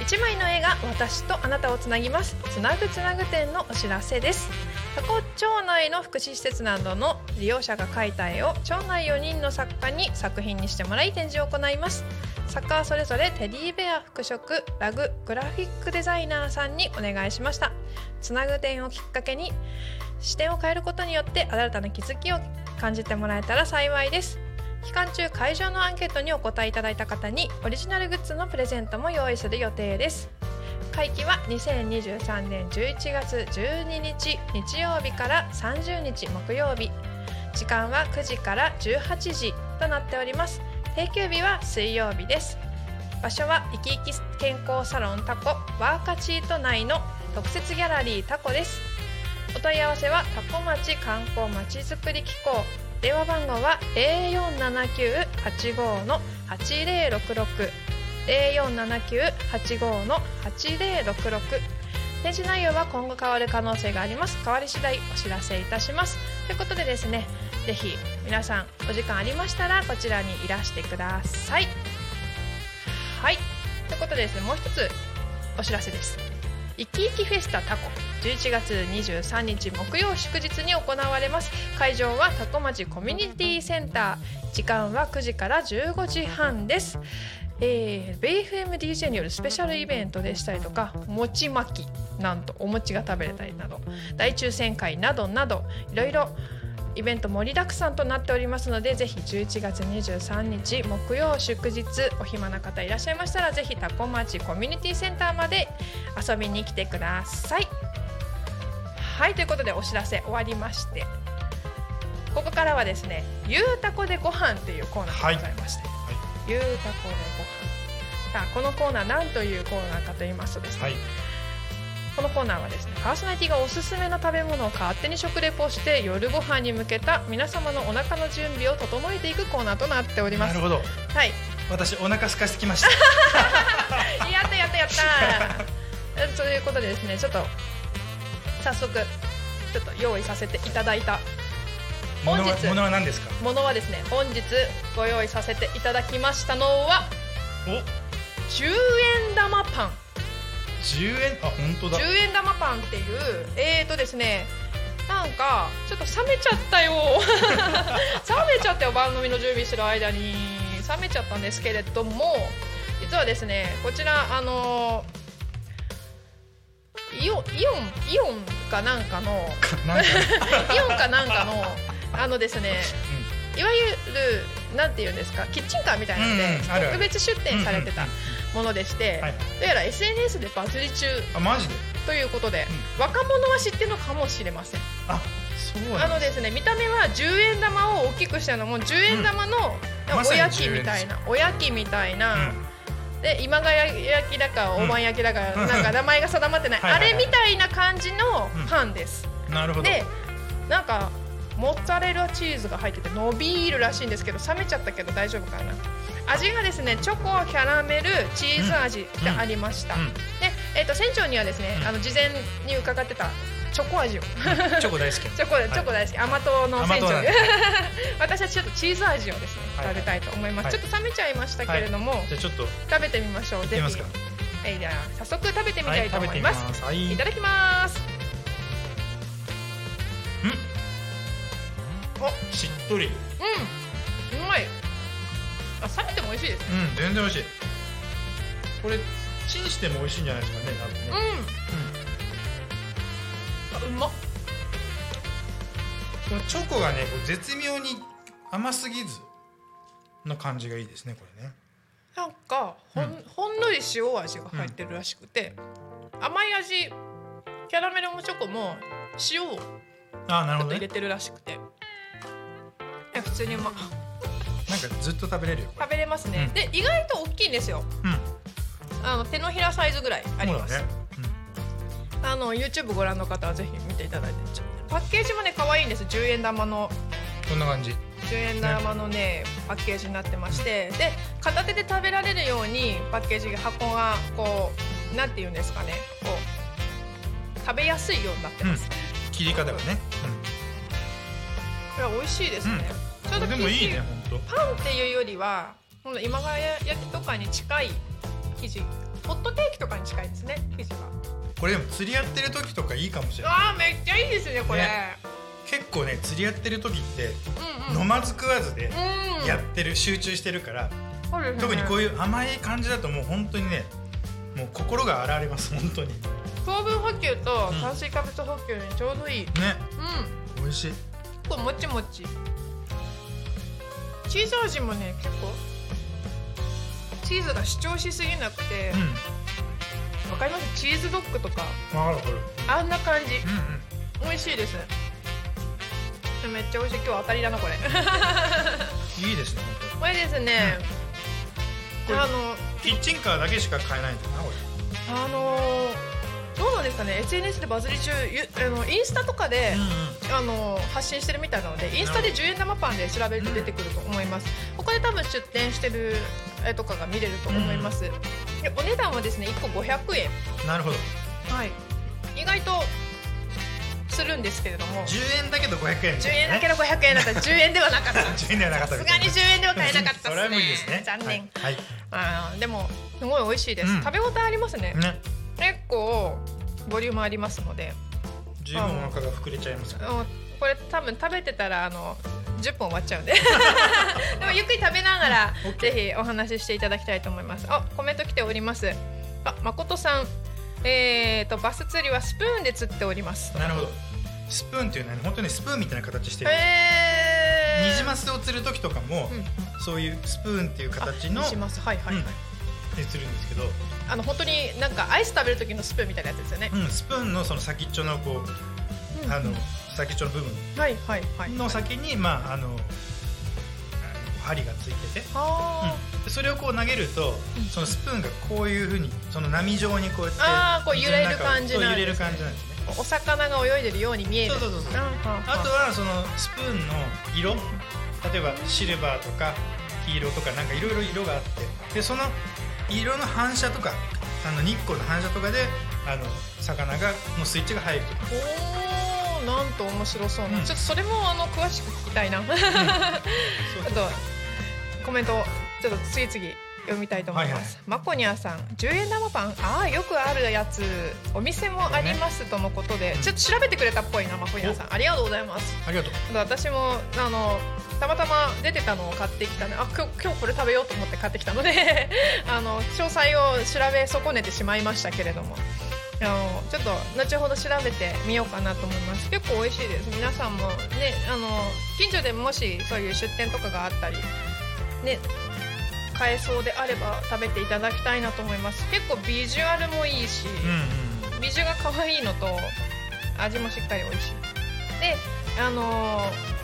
一枚の絵が私とあなたをつなぎます。つなぐつなぐ展のお知らせです。多古町内の福祉施設などの利用者が描いた絵を町内4人の作家に作品にしてもらい展示を行います。作家はそれぞれテディベア服飾ラググラフィックデザイナーさんにお願いしましたつなぐ点をきっかけに視点を変えることによって新たな気づきを感じてもらえたら幸いです期間中会場のアンケートにお答えいただいた方にオリジナルグッズのプレゼントも用意する予定です会期は2023年11月12日日曜日から30日木曜日時間は9時から18時となっております定休日は水曜日です場所は生き生き健康サロンタコワーカチート内の特設ギャラリータコですお問い合わせはタコ町観光まちづくり機構電話番号は047985の8066 047985の8066展示内容は今後変わる可能性があります変わり次第お知らせいたしますということでですねぜひ皆さんお時間ありましたらこちらにいらしてくださいはいということでですねもう一つお知らせです生き生きフェスタタコ11月23日木曜祝日に行われます会場はタコ町コミュニティセンター時間は9時から15時半ですえー、ベイ FMDJ によるスペシャルイベントでしたりとか餅巻きなんとお餅が食べれたりなど大抽選会などなどいろいろイベント盛りだくさんとなっておりますのでぜひ11月23日木曜祝日お暇な方いらっしゃいましたらぜひタコ町コミュニティセンターまで遊びに来てください。はいということでお知らせ終わりましてここからはですね「ゆうたこでご飯というコーナーでございまして、ゆうたこでご飯さあこのコーナー何というコーナーかと言いますとですね、
はい
このコーナーはですねパーソナリティがおすすめの食べ物を勝手に食レポして夜ご飯に向けた皆様のお腹の準備を整えていくコーナーとなっておりま
な
す
るほど
はい
私お腹空かしてき ました
やったやったやった えということでですねちょっと早速ちょっと用意させていただいた
もの
本
は
日
ものは何ですか
ものはですね本日ご用意させていただきましたのは
お
10円玉パン
10円あ本当だ
10円玉パンっていうえーとですねなんかちょっと冷めちゃったよ 冷めちゃったよ番組の準備してる間に冷めちゃったんですけれども実はですねこちらあのイオンイオンイオンかなんかの
なんか
イオンかなんか のあのですねいわゆるなんていうんですかキッチンカーみたいなので、
うんうんあるある
特別出店されてたものでして、
はい
どうやら SNS でバズり中
あマジで
ということで、若者は知ってるのかもしれません
あそう
あ
な
の
んで
ですね見た目は10円玉を大きくしたのも10円玉の、
まさ
お
に
やきみたいな、おやきみたいな、で今川焼きだか
うん
大判焼きだか、
うん
なんか名前が定まってない
はいはいはい
あれみたいな感じのパンです、
すなるほど
でなんかモッツァレラチーズが入ってて伸びるらしいんですけど冷めちゃったけど大丈夫かな味がですねチョコキャラメルチーズ味ってありました、
うんうん
で、えー、と船長にはですね、あの事前に伺ってたチョコ味を
チョコ大好き
チョコチョコ大好き、甘党の
甘
船
党
長
なんだ
私はちょっとチーズ味をですね
はい
食べたいと思います、
はい
ちょっと冷めちゃいましたけれども、
じゃあちょっと
食べてみましょう
いき
ぜ
ます
ひ
か、
えー、では早速食べてみ
は
たい
い
と
食べ
思
て
い
み
ま、、
ますすはいい
ただきます
しっとりうん
うんうまいあ冷めても美味しいです
全然美味しいこれチンしても美味しいんじゃないですかね多分ね
うん。あ、うまっ。
このチョコがねこう絶妙に甘すぎずの感じがいいですねこれね
なんか、ほん、ほんのり塩味が入ってるらしくて。甘い味。キャラメルもチョコも。塩をち
あーなる
ょっ
ほ
と
ど
入
ね
れてるらしくて。え、普通にうま。
なんかずっと食べれるよこれ
食べれますね。
うん
で、意外と大きいんですよ。
うん
あの、手のひらサイズぐらいあります。
そうだね
あの、YouTube ご覧の方はぜひ見ていただいて。ちょパッケージもね、可愛いんです。10円玉の
こんな感じ
10円玉のねパッケージになってましてで片手で食べられるようにパッケージ箱がこうなんていうんですかねこう食べやすいようになってます、
切り方がね、
これ美味しいですね、ちょ
う、
うんど
でもいいね
生
本当。
地パンっていうよりはこの今川焼きとかに近い生地ホットケーキとかに近いですね生地が
これでも釣りやってる時とかいいかもしれない
あーめっちゃいいですねこれ、
ね結構ね釣りやってる時って
うんうん
飲まず食わずで
うん
やってる、集中してるから
そうですね
特にこういう甘い感じだともう本当にねもう心が洗われます本当にね
糖分補給と炭水化物補給にちょうどいい、うん、
美味しい
結構もちもちチーズ味もね結構チーズが主張しすぎなくて
うん、
わ、かりますチーズドッグとか
わかるわかる
あんな感じ
うんうん
美味しいですめっちゃ美味しい今日当たりだなこれ
いいですね、
これですね、あの
キッチンカーだけしか買えないんだな俺
あのー、どうなんですかね SNS でバズり中ゆあのインスタとかで、あのー発信してるみたいなのでインスタで10円玉パンで調べると出てくると思います、他で多分出店してる絵とかが見れると思います、でお値段はですね1個500円
なるほど
はい意外とするんですけれども
10円だけど500円
10円だけど500円だ ったら10円ではなかった
10円ではなかった
さすがに10円では買えなかった
そ
っ
れ
す
は無
ね
理ですね
残念、
はい、
あーでもすごい美味しいです、
うん
食べ応えありますね
はいね
結構ボリュームありますので
十分お腹が膨れちゃいます
あ
から
のこれ多分食べてたらあの10分終わっち ゃうんででもゆっくり食べながらぜひお話ししていただきたいと思いますあコメント来ておりますあ誠さんえー、とバス釣りはスプーンで釣っております
なるほどスプーンっていうのはね本当にスプーンみたいな形してる
へ
ニ
ー
ジマスを釣る時とかも、
うん
そういうスプーンっていう形の
あニジマスはいはいはい、
うんで釣るんですけど、
あの本当になんかアイス食べる時のスプーンみたいなやつですよね、
うん、スプーンのその先っちょのこう、
うん
あの先っちょの部
はいはいはい
分の先に、まああのあの針がついてて、
あー、
うん、それをこう投げると、そのスプーンがこういうふうにその波状にこうやって
あーこう揺れる感じ
水
なん
の中をそう揺れ
で
る
すね
感じなんですね。
お魚が泳いでるように見える
そうそうそうそう
あ
あとはそのスプーンの色例えばシルバーとか黄色とかなんかいろいろ色があってでその色の反射とかあの日光の反射とかであの魚がのスイッチが入るとか
おーなんと面白そうな、
うん
ちょっとそれもあの詳しく聞きたいな、ちょっとコメントをちょっと次々読みたいと思います、マコニャさん10円玉パンああよくあるやつお店もありますとのことで、ちょっと調べてくれたっぽいなマコニャさんありがとうございます
ありがとう
あと私もあのたまたま出てたのを買ってきたねあ今日今日これ食べようと思って買ってきたので あの詳細を調べ損ねてしまいましたけれどもあのちょっと後ほど調べてみようかなと思います結構美味しいです皆さんもねあの近所でもしそういう出店とかがあったりね買えそうであれば食べていただきたいなと思います結構ビジュアルもいいし、
うんうん
ビジュが可愛いのと味もしっかり美味しいであのー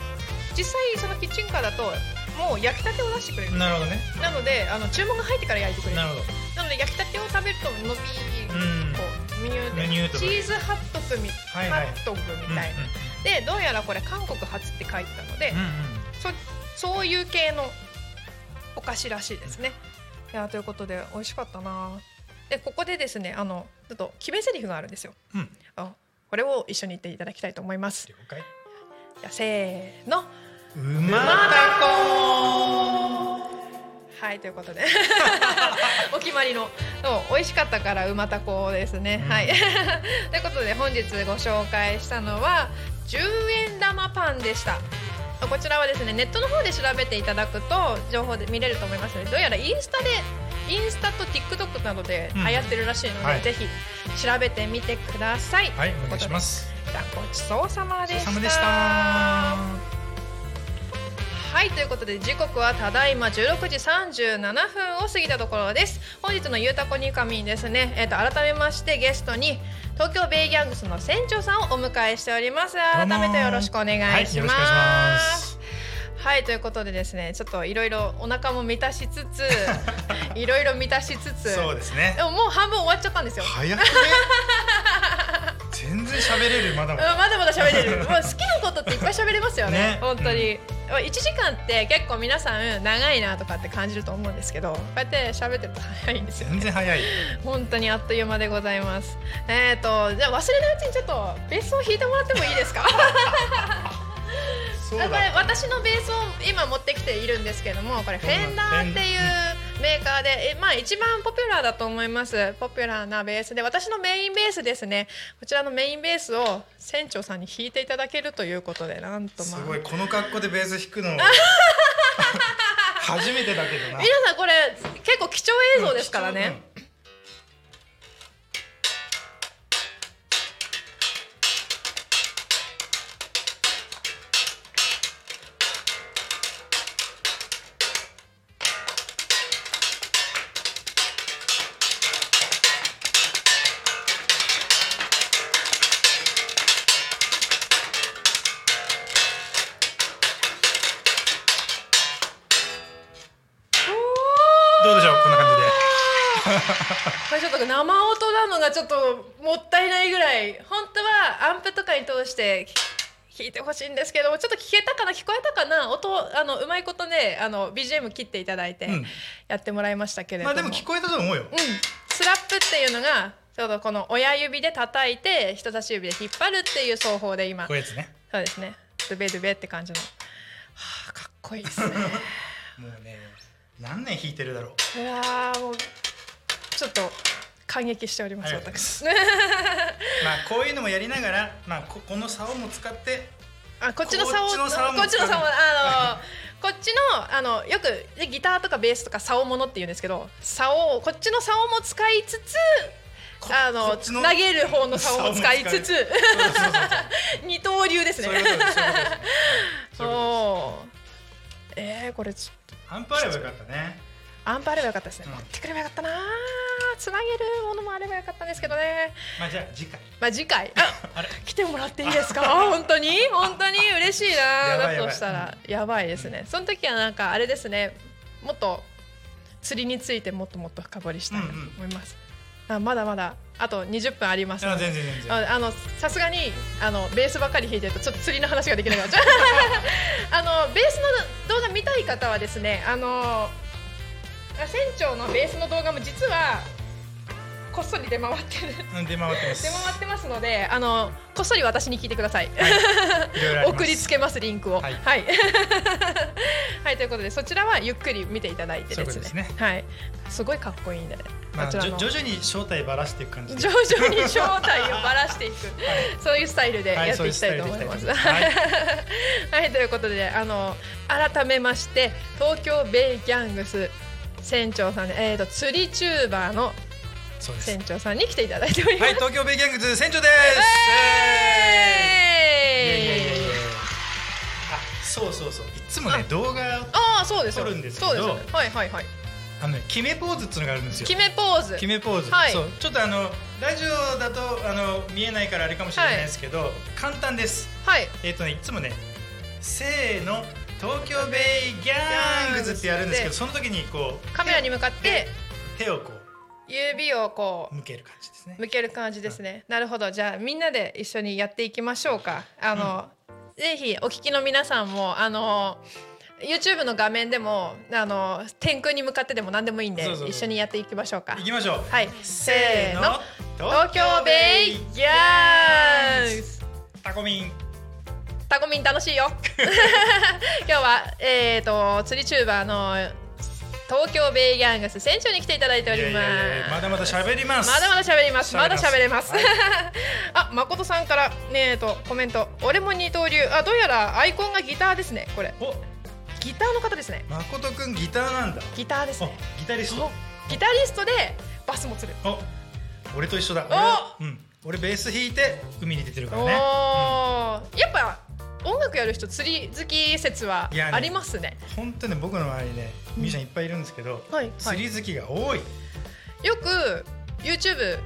実際そのキッチンカーだともう焼きたてを出してくれる
なるほどね
なのであの注文が入ってから焼いてくれる
な
な
るほど
ので焼きたてを食べると伸び
うん
こうメニューで
メニューとか
チーズハットグみ、
はいはい
ハットグみ
うんうん
たいな、でどうやらこれ韓国発って書いてたので、
うん
そそういう系のお菓子らしいですね。いやということで美味しかったな。でここでですねあのちょっと決め台詞があるんですよ。
うん
あこれを一緒に言っていただきたいと思います。
了解
いやせーの。
うま
マダコはいということ でお決まりのそう美味しかったからうまたこですね、
うん
はい ということで本日ご紹介したのは10円玉パンでしたこちらはですねネットの方で調べていただくと情報で見れると思いますのでどうやらインスタでインスタと TikTok などで流行ってるらしいので、
うんはい
ぜひ調べてみてください、
はいお願いします
じゃあごちそうさまで
お
し
疲れ
た
様でした
はいということで時刻はただいま16時37分を過ぎたところです本日の「ゆうたこにかみん」ですね、えー、と改めましてゲストに東京ベイギャングスの船長さんをお迎えしております改めてよろしくお願いし
はいよろしくお願いし
ま
ますす
はいということでですねちょっといろいろお腹も満たし つついろいろ満たしつつ
そうですね
でももう半分終わっちゃったんですよ
早くね全然喋れるま
う
だま
ん
だ
まだまだ喋れる。もう好きなことっていっぱい喋れますよね。
ね
本当に。まあ一時間って結構皆さん長いなとかって感じると思うんですけど、こうやって喋ってると早いんですよ。
全然早い
本当にあっという間でございます。えっ、とじゃあ忘れないうちにちょっとベースを弾いてもらってもいいですか？
そう
これ
だ
私のベースを今持ってきているんですけどもこれフェンダーっていうメーカーでえまあ一番ポピュラーだと思いますポピュラーなベースで私のメインベースですねこちらのメインベースを船長さんに弾いていただけるということでなんと
す
まあ
ごいこの格好でベース弾 くの初めてだけどな
皆さんこれ結構貴重映像ですからね、
どうでしょうこんな感じで
これちょっと生音なのがちょっともったいないぐらい本当はアンプとかに通して聞いてほしいんですけどもちょっと聞けたかな聞こえたかな音あのうまいことねあの BGM 切っていただいて
うん
やってもらいましたけれど
ま
も、
あでも聞こえたと思うよ
うん、スラップっていうのがちょうどこの親指で叩いて人差し指で引っ張るっていう奏法で今
こういうやつね
そうですねドゥベドゥベって感じの、はあ、かっこいいですね
もうね何年弾いてるだろう
うわーもうちょっと感激しております
ありがとうご
私
まあこういうのもやりながら、まあ、ここの竿も使って
あこっちの竿
こっちの竿も
こっちの竿もあのこっちのあのよくでギターとかベースとか竿ものって言うんですけど竿をこっちの竿も使いつつ
こ
あ
こ
の
っちの
投げる方の竿も使いつつ
竿も
二刀流です
そう
ね
いうことですそういうことですそういうこ
おーえー、これちょ
とですアンプあればよかった ね
アンプあればよかったですね、
うん
持ってくればよかったなつなげるものもあればよかったんですけどね
まあじゃあ次回
まあ次回あ
あれ
来てもらっていいですか本当 に本当に嬉しいな
やば
だ
いやばい
としたらやばいですねその時はなんかあれですねもっと釣りについてもっともっと深掘りしたいなと思います、あまだまだあと20分ありますの
あ
で
全然全然
ああのさすがにあのベースばっかり弾いてるとちょっと釣りの話ができなくなっ ちゃうあのベースの動画見たい方はですねあの船長のベースの動画も実はこっそり出回ってる
うん出回ってます
出回ってますのであのこっそり私に聞いてください、
いろいろありま す
送りつけますリンクをは
はいい
はい、 ということでそちらはゆっくり見ていただいてですね
そういうことです
はいすごいかっこいいんで、
まあ、
こ
じ
ちら
ょ
の
徐々に正体ばらしていく感じで
徐々に正体をばらしていく、そういうスタイルでやっていきたいと思います。
は
はいい、
そういうス
ということであの改めまして東京ベイギャングス船長さんで、えー、と釣りチューバーの
そうです
船長さんに来ていただいておりま
は
す。
い東京ベイギャングズ船長です、えーいやいやいやいやあそうそうそういつもね動画を
ああそうですよ
撮るんですけ
そ
ど
うですよねはいはいはい
あのね決めポーズっていうのがあるんですよ
決めポーズ
決めポーズ、
はい
そうちょっとあのラジオだとあの見えないからあれかもしれないですけど、簡単です
はい
えっ、とねいつもねせーの東京ベイギャングズってやるんですけど
で
その時にこう
カメラに向かって
手をこ
指をこう
う向ける感じですね
向ける感じですね。なるほど。じゃあみんなで一緒にやっていきましょうか。あの、ぜひお聞きの皆さんもあの YouTube の画面でもあの天空に向かってでも何でもいいんで
そうそうそう
一緒にやっていきましょうか
い。きましょう
はい。せーの。東
東
京ベイギャーンズ。
タコミン
タコミン楽しい よ。今日はえっ、ー、と釣りチューバーの東京ベイギャングス船長に来ていただいてお
い
り
や
ます。
いやいやまだまだ喋ります
まだまだ喋ります。まだ喋
喋
れ
れ
ま。
ますす
あ、誠さんからねえとコメント。俺も二刀流。あ、どうやらアイコンがギターですね。これ
お
ギターの方ですね。
誠くんギターなんだ
ギターです
お
ね。
ギタリスト
ギタリストでバスもする。
お俺と一緒だ俺はうん俺ベース弾いて海に出てるか
お
ら
おー
ね、
やっぱ音楽やる人釣り好き説はい
やね
ありますね。
本当ね僕の周りねミュージシャンいっぱいいるんですけど、
はい
釣り好きが多い、
よく YouTube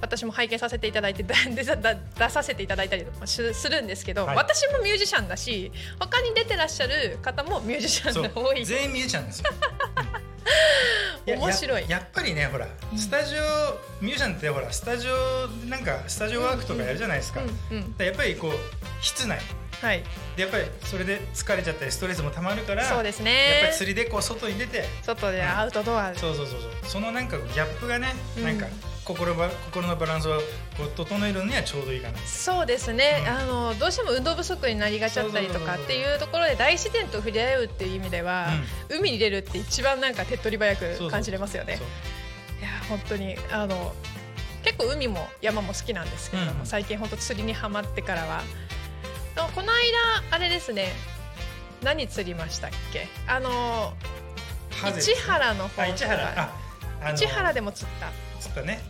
私も拝見させていただいて だ出さだ出させていただいたりとかしするんですけど、
はい
私もミュージシャンだし他に出てらっしゃる方もミュージシャ
そ
ン
う
が多い
全員ミュージシャンですよ うんや
面白い
ややっぱりねほらスタジオ、ミュージシャンってほらスタジオなんかスタジオワークとかやるじゃないですか,、
うんうん
やっぱりこう室内
はい
でやっぱりそれで疲れちゃったりストレスもたまるから
そうですね
やっぱり釣りでこう外に出て
外でアウトドアで
そうそうそうそうそのなんかギャップがね、
うん
なんか心ば心のバランスをこう整えるにはちょうどいいかな
そうですね、
うん
あのどうしても運動不足になりがちだったりとか
そうそうそうそう
っていうところで大自然と触れ合うっていう意味では、海に出るって一番なんか手っ取り早
そうそう
く感じれますよね。
そう
いや本当にあの結構海も山も好きなんですけれども、
うん
最近本当釣りにハマってからはあのこの間あれですね何釣りましたっけあの
ハゼです
市原の方
あ市原ああの
市原でも釣った
釣ったね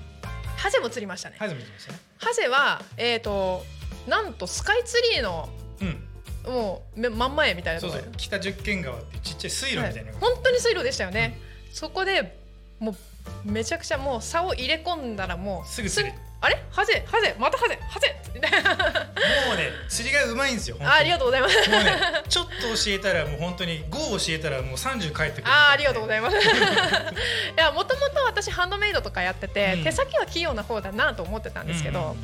ハゼも釣りましたね、
ハゼ見てましたね
ハゼはえっ、となんとスカイツリーの
うん
もうめ真ん前みたいな
そ
と
う
こ
そ
ろ
う北十間川っていうちっちゃい水路みたいなのが、
本当に水路でしたよね、そこでもうめちゃくちゃもう竿入れ込んだらもう
すぐ釣れ
あれハゼハゼまたハゼハゼみたいな
もうね釣りがうまいんですよ本当
あ
に
ありがとうございます。
もうねちょっと教えたらもう本当に5を教えたらもう30返ってくる
あーありがとうござ
い
いますいやもともと私ハンドメイドとかやってて、
うん
手先は器用な方だなと思ってたんですけど、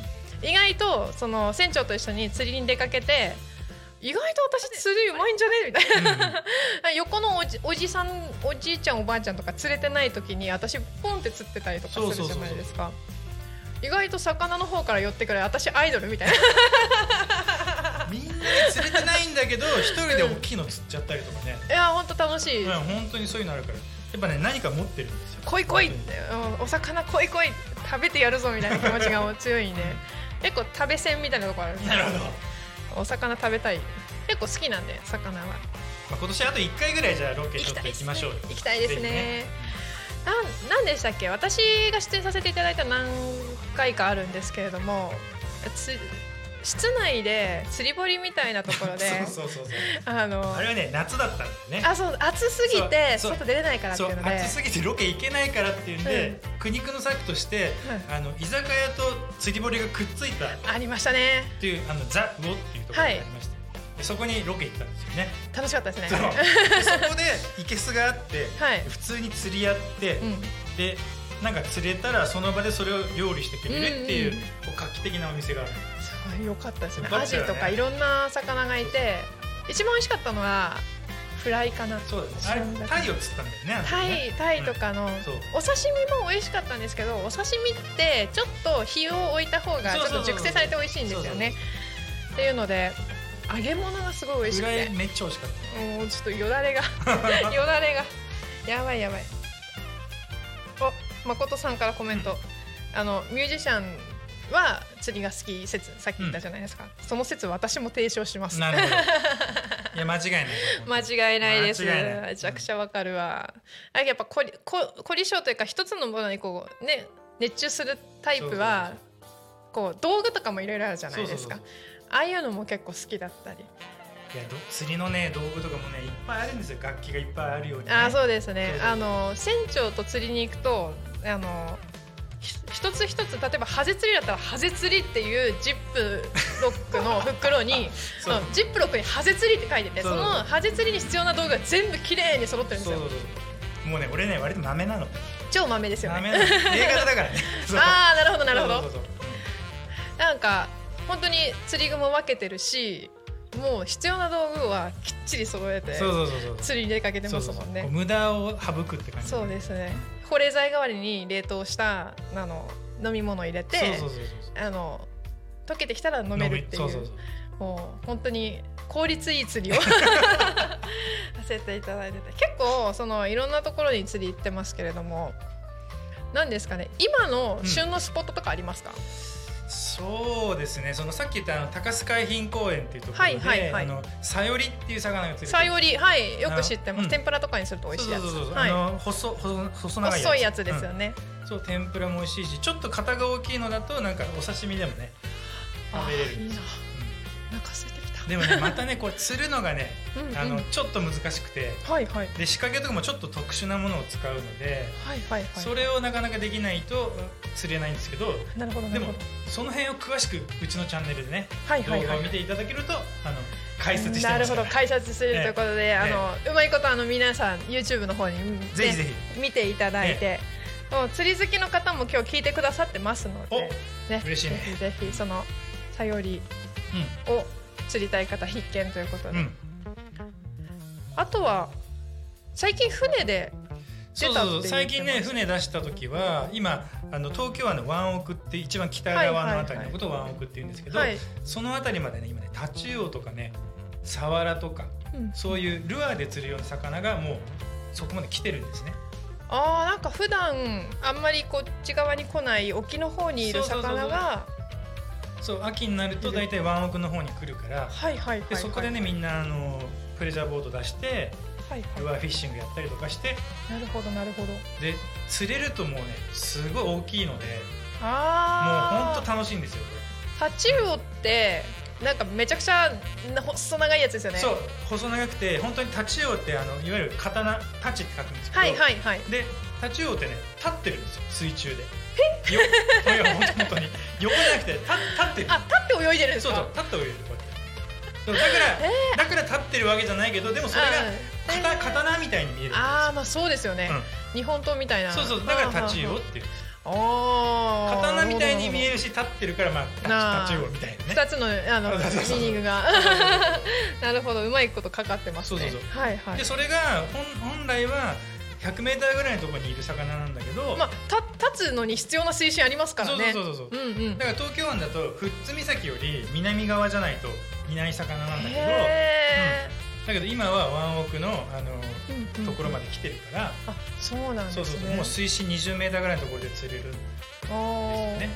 意外とその船長と一緒に釣りに出かけて意外と私釣りうまいんじゃねみたいな、横のおじおじさんおじいちゃんおばあちゃんとか釣れてない時に私ポンって釣ってたりとかするじゃないですか意外と魚の方から寄ってくる私アイドル みたいな
みんなに釣れてないんだけど一人で大きいの釣っちゃったりとかね、
いやほんと楽しい、
うん、本当にそういうのあるからやっぱね何か持ってるんですよ
来い来いって、うんお魚来い来い食べてやるぞみたいな気持ちがもう強いんで結構食べせんみたいなところあるんです
な
よ
るほど、ま
お魚食べたい結構好きなんで魚は
あ、今年あと1回ぐらいじゃあロケちょっと行きましょうよ
行きたいですね
ぜひ
なんなんでしたっけ私が出演させていただいた何回かあるんですけれどもつ室内で釣り堀みたいなところで
そうそうそうそう
あの
あれはね夏だったんだよね
あそう暑すぎて
そうそう
外出れないからって
そ
いううので
暑すぎてロケ行けないからっていうんで、苦肉の策として、あの居酒屋と釣り堀がくっついたっ
ありましたね
ていうあのザ・ウオっていうところがありまして、でそこにロケ行ったんですよね
楽しかったですね
そうでそこでいけすがあって、
はい
普通に釣りやって、
うん
でなんか釣れたらその場でそれを料理してくれるっていう,、
うんうん
こう画期的なお店がある
すごい良かったですね
よか
ア
った
ジ
よね
とかいろんな魚がいて一番美味しかったのはフライかな
そうだねあれタイを釣ったんだよねあの時
タ
ね
イタイとかの、
そう
お刺身も美味しかったんですけどお刺身ってちょっと火を置いた方がち
そう
ょ
そう
っと熟成されて美味しいんですよねっていうので揚げ物がすごい美味し
フ
く
ライ
て
めっちゃ美味しかっ
もうちょっとよだ れがよだれがやばいやばいお誠さんからコメント、あのミュージシャンは釣りが好き説さっき言ったじゃないですか、その説私も提唱しま
た
す
なる ほどいや間違いない
間違いないです。
間違いない
めちゃくちゃわかるわ。あやっぱこりこ凝り性というか一つのものにこうね熱中するタイプはこう道具とかもいろいろあるじゃないですか
そう。
ああいうのも結構好きだったり。
いやど釣りのね道具とかもねいっぱいあるんですよ楽器がいっぱいあるように、ね、
あー
う
そうですね
そう。そう
あの船長と釣りに行くとあの。ひ一つ一つ例えばハゼ釣りだったらハゼ釣りっていうジップロックの袋に
そう
あのジップロックにハゼ釣りって書いてて
そ
そう
そう
のハゼ釣りに必要な道具が全部きれいに揃ってるんです
そう
よ
そうそうもうね俺ね割と豆なの
超豆ですよね
豆なの A 型だから ねそう
あ あなるほどなるほ
そ
ど
うそうそう
なんか本当に釣り具も分けてるしもう必要な道具はきっちり揃えて
そうそうそうそう
釣りに出かけて
そ
ま
う
す
そうそ
も
うんこう
ね
無駄を省くって感じ
そうですね保冷剤代わりに冷凍したあの飲み物入れて
そうそうそうそう
あの溶けてきたら飲めるってい
飲
う
みそうそうそう
もう本当に効率いい釣りを させていただいてて結構そのいろんなところに釣り行ってますけれども何ですかね今の旬のスポットとかありますか、
そうですねそのさっき言ったあの高須海浜公園っていうところで、
はいはいはい
あのサヨリっていう魚が釣れてる
サヨリはいよく知ってま
あう
す
ん
天ぷらとかにすると美味しいやつ
そうそうそうそう、
はい
あの細細細長いやつ
細いやつですよね、
うんそう天ぷらも美味しいしちょっと型が大きいのだとなんかお刺身でもね食べれる
あーいいなお腹空いてきた
でもねまたねこれ釣るのがね
うんうん
あのちょっと難しくて
はいはい
で仕掛けとかもちょっと特殊なものを使うので、
はいはいはい
それをなかなかできないと釣れないんですけど
なるほどな
で
るほ
も
ど
その辺を詳しくうちのチャンネルでね、
はいはいはい
動画を見ていただけるとあの解説して
な
ま
る
す
ほ
か
ど
ら
解説するということで、あのうまいことあの皆さん YouTube の方に、ね
ぜひぜ
見ていただいて、もう釣り好きの方も今日聞いてくださってますので、ね
嬉しいね
ぜひぜひそのサヨリを釣りたい方必見ということ
うん
で、
うん
あとは最近船で
そうそうそう
出たって言ってました
最近ね船出した時は今あの東京湾の湾奥って一番北側のあたりのことを湾奥って言うんですけど、
はい
そのあたりまでね今ねタチウオとかねサワラとか、
うん
そういうルアーで釣るような魚がもうそこまで来てるんですね。
あーなんか普段あんまりこっち側に来ない沖の方にいる
そうそうそうそう
魚が
そう秋になると大体湾奥の方に来るから
はいはいはいはい
でそこでねみんなあのプレジャーボート出して
はいは
ルアーフィッシングやったりとかして
いなるほどなるほど
で釣れるともうねすごい大きいのでもう
あ
ほ
あ
んと楽しいんですよこれ。
タチウオってなんかめちゃくちゃな細長いやつですよね
そう細長くて本当に太刀魚ってあのいわゆる刀太刀って書くんですけど、
はいはいはい
で太刀魚ってね立ってるんですよ水中でよいや本当に本当に横じゃなくて立立ってる
あ立って泳いでるんです
そう
か
そう立って泳いでるこうやってそうだから、だから立ってるわけじゃないけどでもそれ
うん
が刀刀みたいに見える
ああまあそうですよね、日本刀みたいな
そうそうだから太刀魚っていう
おー
刀みたいに見え
る
るし立ってるからま
な
あ
あ
太刀魚みたいなね
二つのあのミ
そうそうそう
ーニングが なるほどうまいことかかってますね
そうそうそう
はいはい
でそれが本本来は 100m ぐらいのところにいる魚なんだけど、
まあた立つのに必要な水深ありますからね
そうそうそうそう
うんうん
だから東京湾だと富津岬より南側じゃないといない魚なんだけど
へ
だけど今は湾奥のあの
ーうんうん
ところまで来てるから、
あそうなんです
そ
ね
うそうそうもう水深 20m ぐらいのところで釣れるんです
あー
ね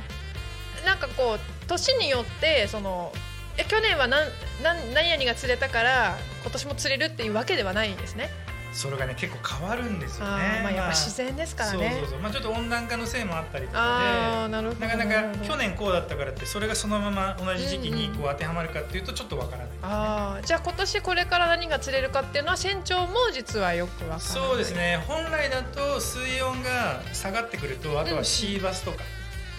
なんかこう年によってそのえ去年はなんなん何々が釣れたから今年も釣れるっていうわけではないんですね。
それがね結構変わるんですよ
あ
ね
ーまあやっぱ自然ですからね。
そうそうそうまあちょっと温暖化のせいもあったりと
あ
か
あなるほ
で
ど。
なかな
るほ
か
ど
去年こうだったからってそれがそのまま同じ時期に
うん
こう当てはまるかっていうとちょっとわからない、
ああじゃあ今年これから何が釣れるかっていうのは船長も実はよくわからない。
そうです。ね本来だと水温が下がってくるとあとはシーバスとか、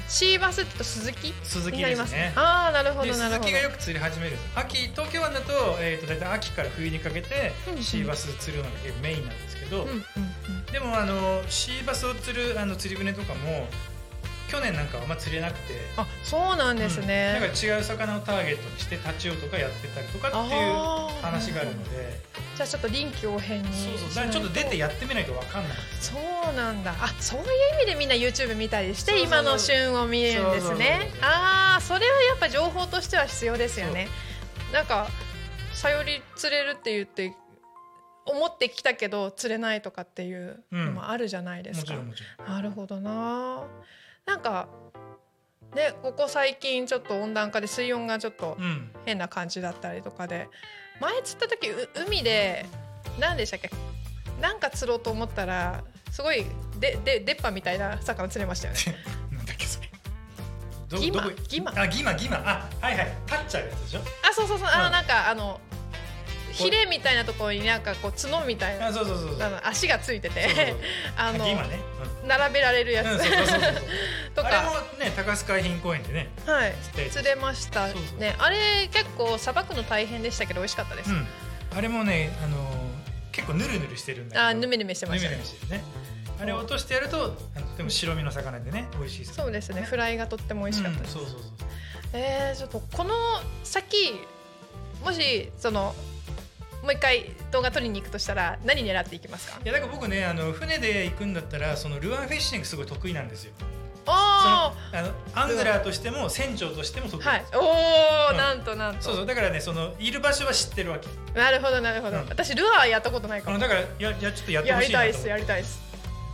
シーバスってと鈴木
鈴
に
木
な
で
り
す
ま
ね
すね。ああなるほ
で
どなる
鈴
ほど
木が。よく釣り始めるんです秋東京湾だと,、えー、と大体秋から冬にかけて
うんうん
シーバス釣るのが結構メインなんですけど、
うんうんうん。
でもあのシーバスを釣るあの釣り船とかも去年なんかはあんま釣れなくて
あそうなんですね。
うんだから違う魚をターゲットにしてタチウオとかやってたりとかっていう
あー
話があるので、
じゃあちょっと臨機応変に。
そうそうだからちょっと出てやってみないとわかんないんです
そうなんだあそういう意味でみんな YouTube 見たりして
そうそうそう
今の旬を見るんですね
そうそうそうそう
ああそれはやっぱ情報としては必要ですよねなんかさより釣れるって言って思ってきたけど釣れないとかっていうのもあるじゃないです
もち
か、
ろんもちろん
なるほどななんかねここ最近ちょっと温暖化で水温がちょっと
うん
変な感じだったりとかで前釣った時う海で何でしたっけなんか釣ろうと思ったらすごいでで出っ歯みたいな魚釣れました よね
なんだっけそれど
ギマ
どこ
ギマ
あギマギマあはいはい立っちゃうやつでしょ
あそうそうそうあの
うん
なんかあのヒレみたいなところになんかこう角みたいな
あそうそうそうそう
あの足がついてて
そうそうそう
あの
ギマね、
並べられる
う
や
ん、うん
つ
そうそうそうそう
と
あれ
か
もね高須海浜公園でね
はい
釣って
釣れました
そうそう
ねあれ結構さばくの大変でしたけど美味しかったです、
うん、あれもね、あのー結構ヌルヌルしてるんだけど
あぬめぬめしてました
ヌメヌメしてるねあれ落としてやるとあのとても白身の魚でね美味しいです
そうですねフライがとっても美味しかったです、
うんそうそうそう
えー、ちょっとこの先もしそのもう一回動画撮りに行くとしたら何狙っていきますか
いやだから僕ねあの船で行くんだったらそのルアーフィッシングすごい得意なんですよそ
お
のあのアングラーとしても船長としても得
お
意、
はいおお、
うん
なんとなんと
そうそうだからねそのいる場所は知ってるわけ
なるほどなるほど、
うん
私ルアーやったことないか
あの
も
だからややちょっとやって
や
ほ
り
しいな
たいで
と思っ
す
て
やりたいです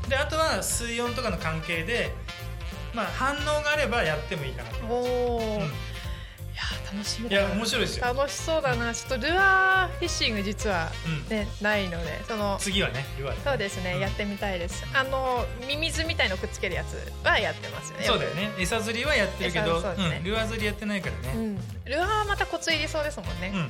であとは水温とかの関係でまあ反応があればやってもいいかなと、
おお、い
うん
やー楽しみ
い
だ
や
な
面白いですよ、
楽しそうだなちょっとルアーフィッシング実は
うん、
ねないのでその
次はねルアーで
そうですね、
うん
やってみたいですあのミミズみたいのくっつけるやつはやってますよね
そうだよね餌釣りはやってるけど
餌そうですね
うん、ルアー釣りやってないから
う
ね、
ん、ルアーはまたコツ入りそうですもんね、
うん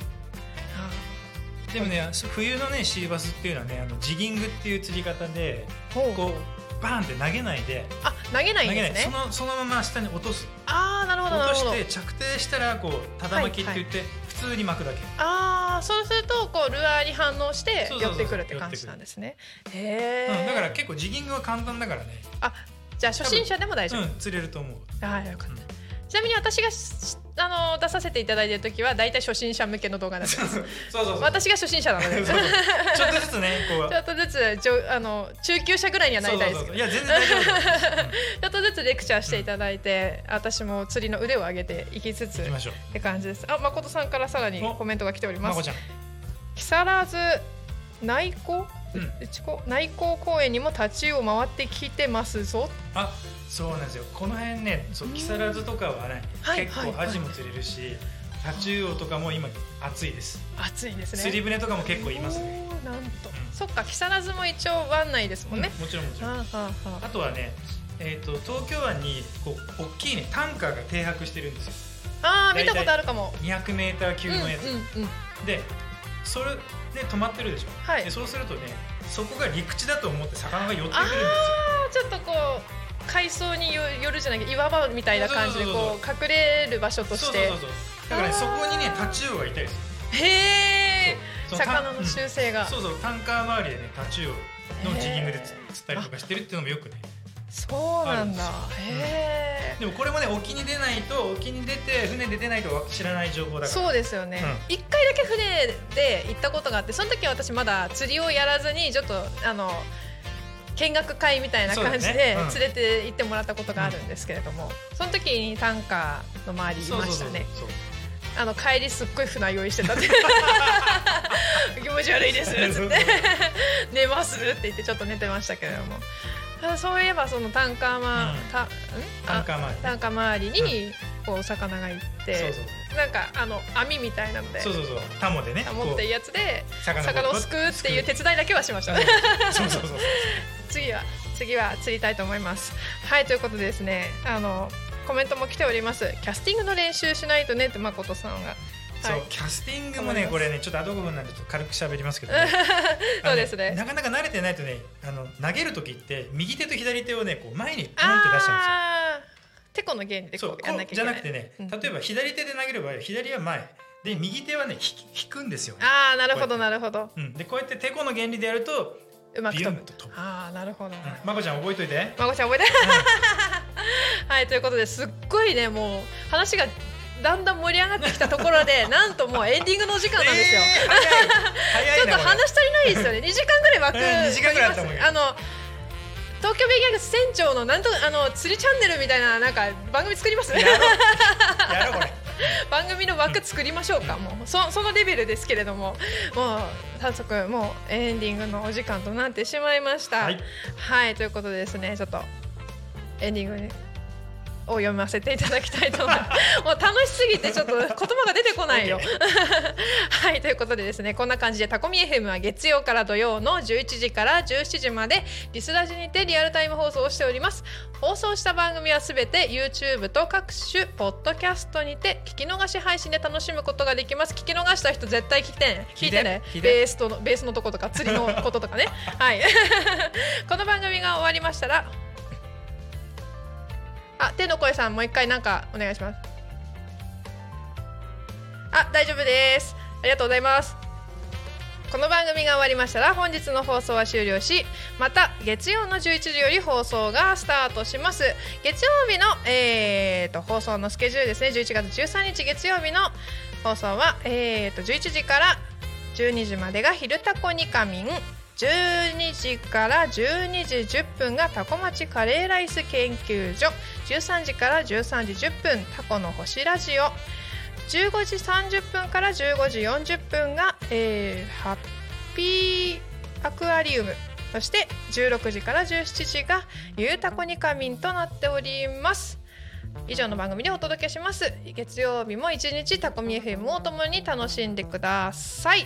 でもね冬のねシーバスっていうのはねあのジギングっていう釣り方で
ほう
こうバーンって投げないで
あ投げないん
投げな
で
い
す
そ
ね
のそのまま下に落とす
ああなるほど
落
な
と
るほど
して着底したらこうただ巻きって言って、普通に巻くだけ
ああそうするとこうルアーに反応して
そうそう
寄
そう
ってくるって感じなんですねへえ、
うん、だから結構ジギングは簡単だからね、
あじゃあ初心者でも大丈夫、
うん、釣れると思 う
ああよかった、ちなみに私がしあの出させていただいてる時は大体初心者向けの動画なんです
そうそうそうそう
私が初心者なので
そうちょっとずつねこう
ちょっとずつじょあの中級者ぐらいにはな
そ
り
う
た
そ
いうです
そ
け
う
ど
いや全然大丈夫だよ、
ちょっとずつレクチャーしていただいて、私も釣りの腕を上げていきつつ
うん、行きましょう
って感じです。あ、誠さんからさらに
お
コメントが来ておりま
まこ
す
ち。ゃん
木更津内港、う
うん
ちこ内港公園にも立ちを回ってきてますぞ。
あそうなんですよこの辺ねそう木更津とかはね、
はい
結
はい
構
はい
アジも釣れるしタチウオとかも今暑いです
暑いですね。
釣り船とかも結構いますね、
おーなんと、そっか木更津も一応湾内ですもんね。
うんもちろんもちろん
はあはあはあ
あとはねえー、と東京湾にこう大きいねタンカーが停泊してるんですよ
あー見
大体
たことあるかも。
200m 級
うん
のやつ、
うんうん。
でそれで止まってるでしょ、
はい
でそうするとねそこが陸地だと思って魚が寄ってく
あ
るんですよ
あちょっとこう海藻によよるじゃないけど岩場みたいな感じで
そうそうそ
こう隠れる場所と
そ
し
うそう
て
そうそうだからね
あー
そこにねタチウオがいたりする
へえ
そうそう
魚の習性が
そうそうタンカー周りでねタチウオのジギングでつ釣ったりとかしてるっていうのもよくね
そうなんだへえ
でもこれもね沖に出ないと沖に出て船で出ないとわ知らない情報だから
そうですよね
う
一、回だけ船で行ったことがあってその時は私まだ釣りをやらずにちょっとあの見学会みたいな感じ
そうだね
で
うん
連れて行ってもらったことがあるんですけれども、その時にタンカーの周りいましたね
そうそうそうそう
あの帰りすっごい船用意してたって 気持ち悪いですっつって寝ますって言ってちょっと寝てましたけれどもただそういえばそのタンカーま、
うん
たん
タンカ
あ
ー周り
タンカー周りにこう魚がいて、
そうそう
なんかあの網みたいなので
そうそうそうタモでね
持ってるやつで
こう
魚をすくうっていう手伝いだけはしました
そうそうそうそう
次は次は釣りたいと思いますはいということでですねあのコメントも来ておりますキャスティングの練習しないとねって誠さんが
そう
はい
キャスティングも
頑張り
ね
ます
これねちょっとアドゴ分なんでちょっと軽く喋りますけどね
そうですね
あのなかなか慣れてないとねあの投げる時って右手と左手をねこう前にポンって出しちゃうんですよ
あーテコの原理で
そう
こ
こ
うやんなきゃ
う
い
じ
け
ゃ
ない
なくてね、
うん
例えば左手で投げる場合は左は前で右手はね引き引くんですよね、
ああなるほど
こう
な
や
るほど
うん、でこうやっててこの原理でやると
うまく
ビ
飛
ヨン
ぶ
と飛ぶ、
ああなるほど、
うんまこちゃん覚えといて
まこちゃん覚えて はいということですっごいねもう話がだんだん盛り上がってきたところ でなんともうエンディングのお時間なんですよ、
えー早
ち
い
ょ
早
っ
い
と
な
話足りないですよね2時間ぐらい枠
うん二時間 ぐらいあったもんよ
あの東京ベイギャグス船長のなんとあの釣りチャンネルみたいななんか番組作りますね
これやろうこれ
番組の枠作りましょうか、もうそそのレベルですけれどももう早速もうエンディングのお時間となってしまいました。
はい、
ということでですねちょっとエンディングにを読ませていただきたいと思います もう楽しすぎてちょっと言葉が出てこないよ。 はいということでですねこんな感じでタコミ FM は月曜から土曜の11時から17時までリスラジにてリアルタイム放送をしております放送した番組はすべて YouTube と各種ポッドキャストにて聞き逃し配信で楽しむことができます聞き逃した人絶対聞いてね聞いてね
聞いて
ベースとのベースのとことか釣りのこととかねはい この番組が終わりましたらあ手の声さんもう一回なんかお願いしますあ大丈夫ですありがとうございますこの番組が終わりましたら本日の放送は終了しまた月曜の11時より放送がスタートします月曜日の、えー、と放送のスケジュールですね11月13日月曜日の放送は、えー、と11時から12時までが「昼タコニカミン」12時から12時10分がタコ町カレーライス研究所13時から13時10分タコの星ラジオ15時30分から15時40分が、えーハッピーアクアリウムそして16時から17時がゆうたこにかみんとなっております以上の番組でお届けします月曜日も一日タコミ FM を共に楽しんでください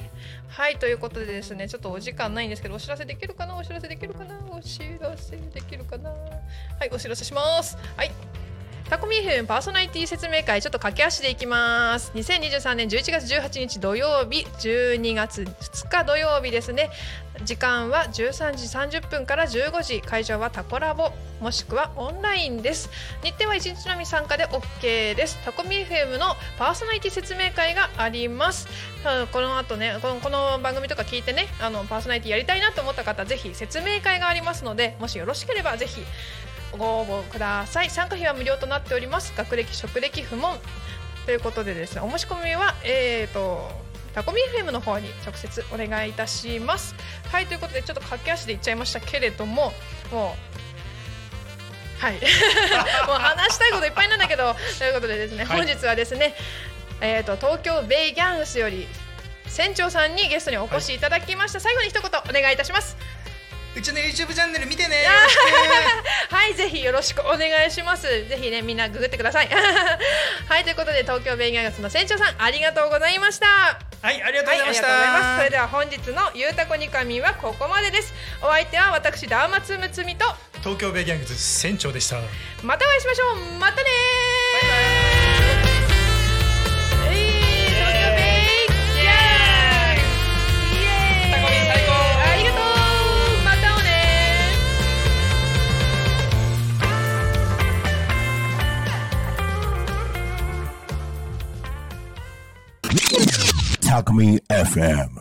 はいということでですねちょっとお時間ないんですけどお知らせできるかなお知らせできるかなお知らせできるかなはいお知らせしますはいタコミーフンパーソナリティ説明会ちょっと駆け足でいきます2023年11月18日土曜日12月2日土曜日ですね時間は13時30分から15時会場はタコラボもしくはオンラインです日程は1日のみ参加で OK ですタコミーフェムのパーソナリティ説明会がありますあこの後ねこのこの番組とか聞いてねあのパーソナリティやりたいなと思った方ぜひ説明会がありますのでもしよろしければぜひご応募ください参加費は無料となっております学歴職歴不問ということでですねお申し込みはえー、とタコミ FM の方に直接お願いいたしますはいということでちょっと駆け足でいっちゃいましたけれどももうはいもう話したいこといっぱいなんだけどということでですね、
はい
本日はですねえー、と東京ベイギャングスより船長さんにゲストにお越しいただきました、最後に一言お願いいたします
うちの YouTube チャンネル見てね
はい、ぜひよろしくお願いします。ぜひね、みんなググってください。 はい、ということで、東京ベイギャガスの船長さん、ありがとうございました。
はいありがとう
は
ご
い、あ
ざいま
り
し
が
た、
とうございます。それでは、本日のゆうたこにかみんはここまでです。お相手は私、ダーマツムツミと、
東京ベイギャングズ船長でした
またお会いしましょう。またねー。えー東京ベイギャグスイエー
タ
イ
コミン最高
ありがとう。またおねー。
タ Talk Me FM.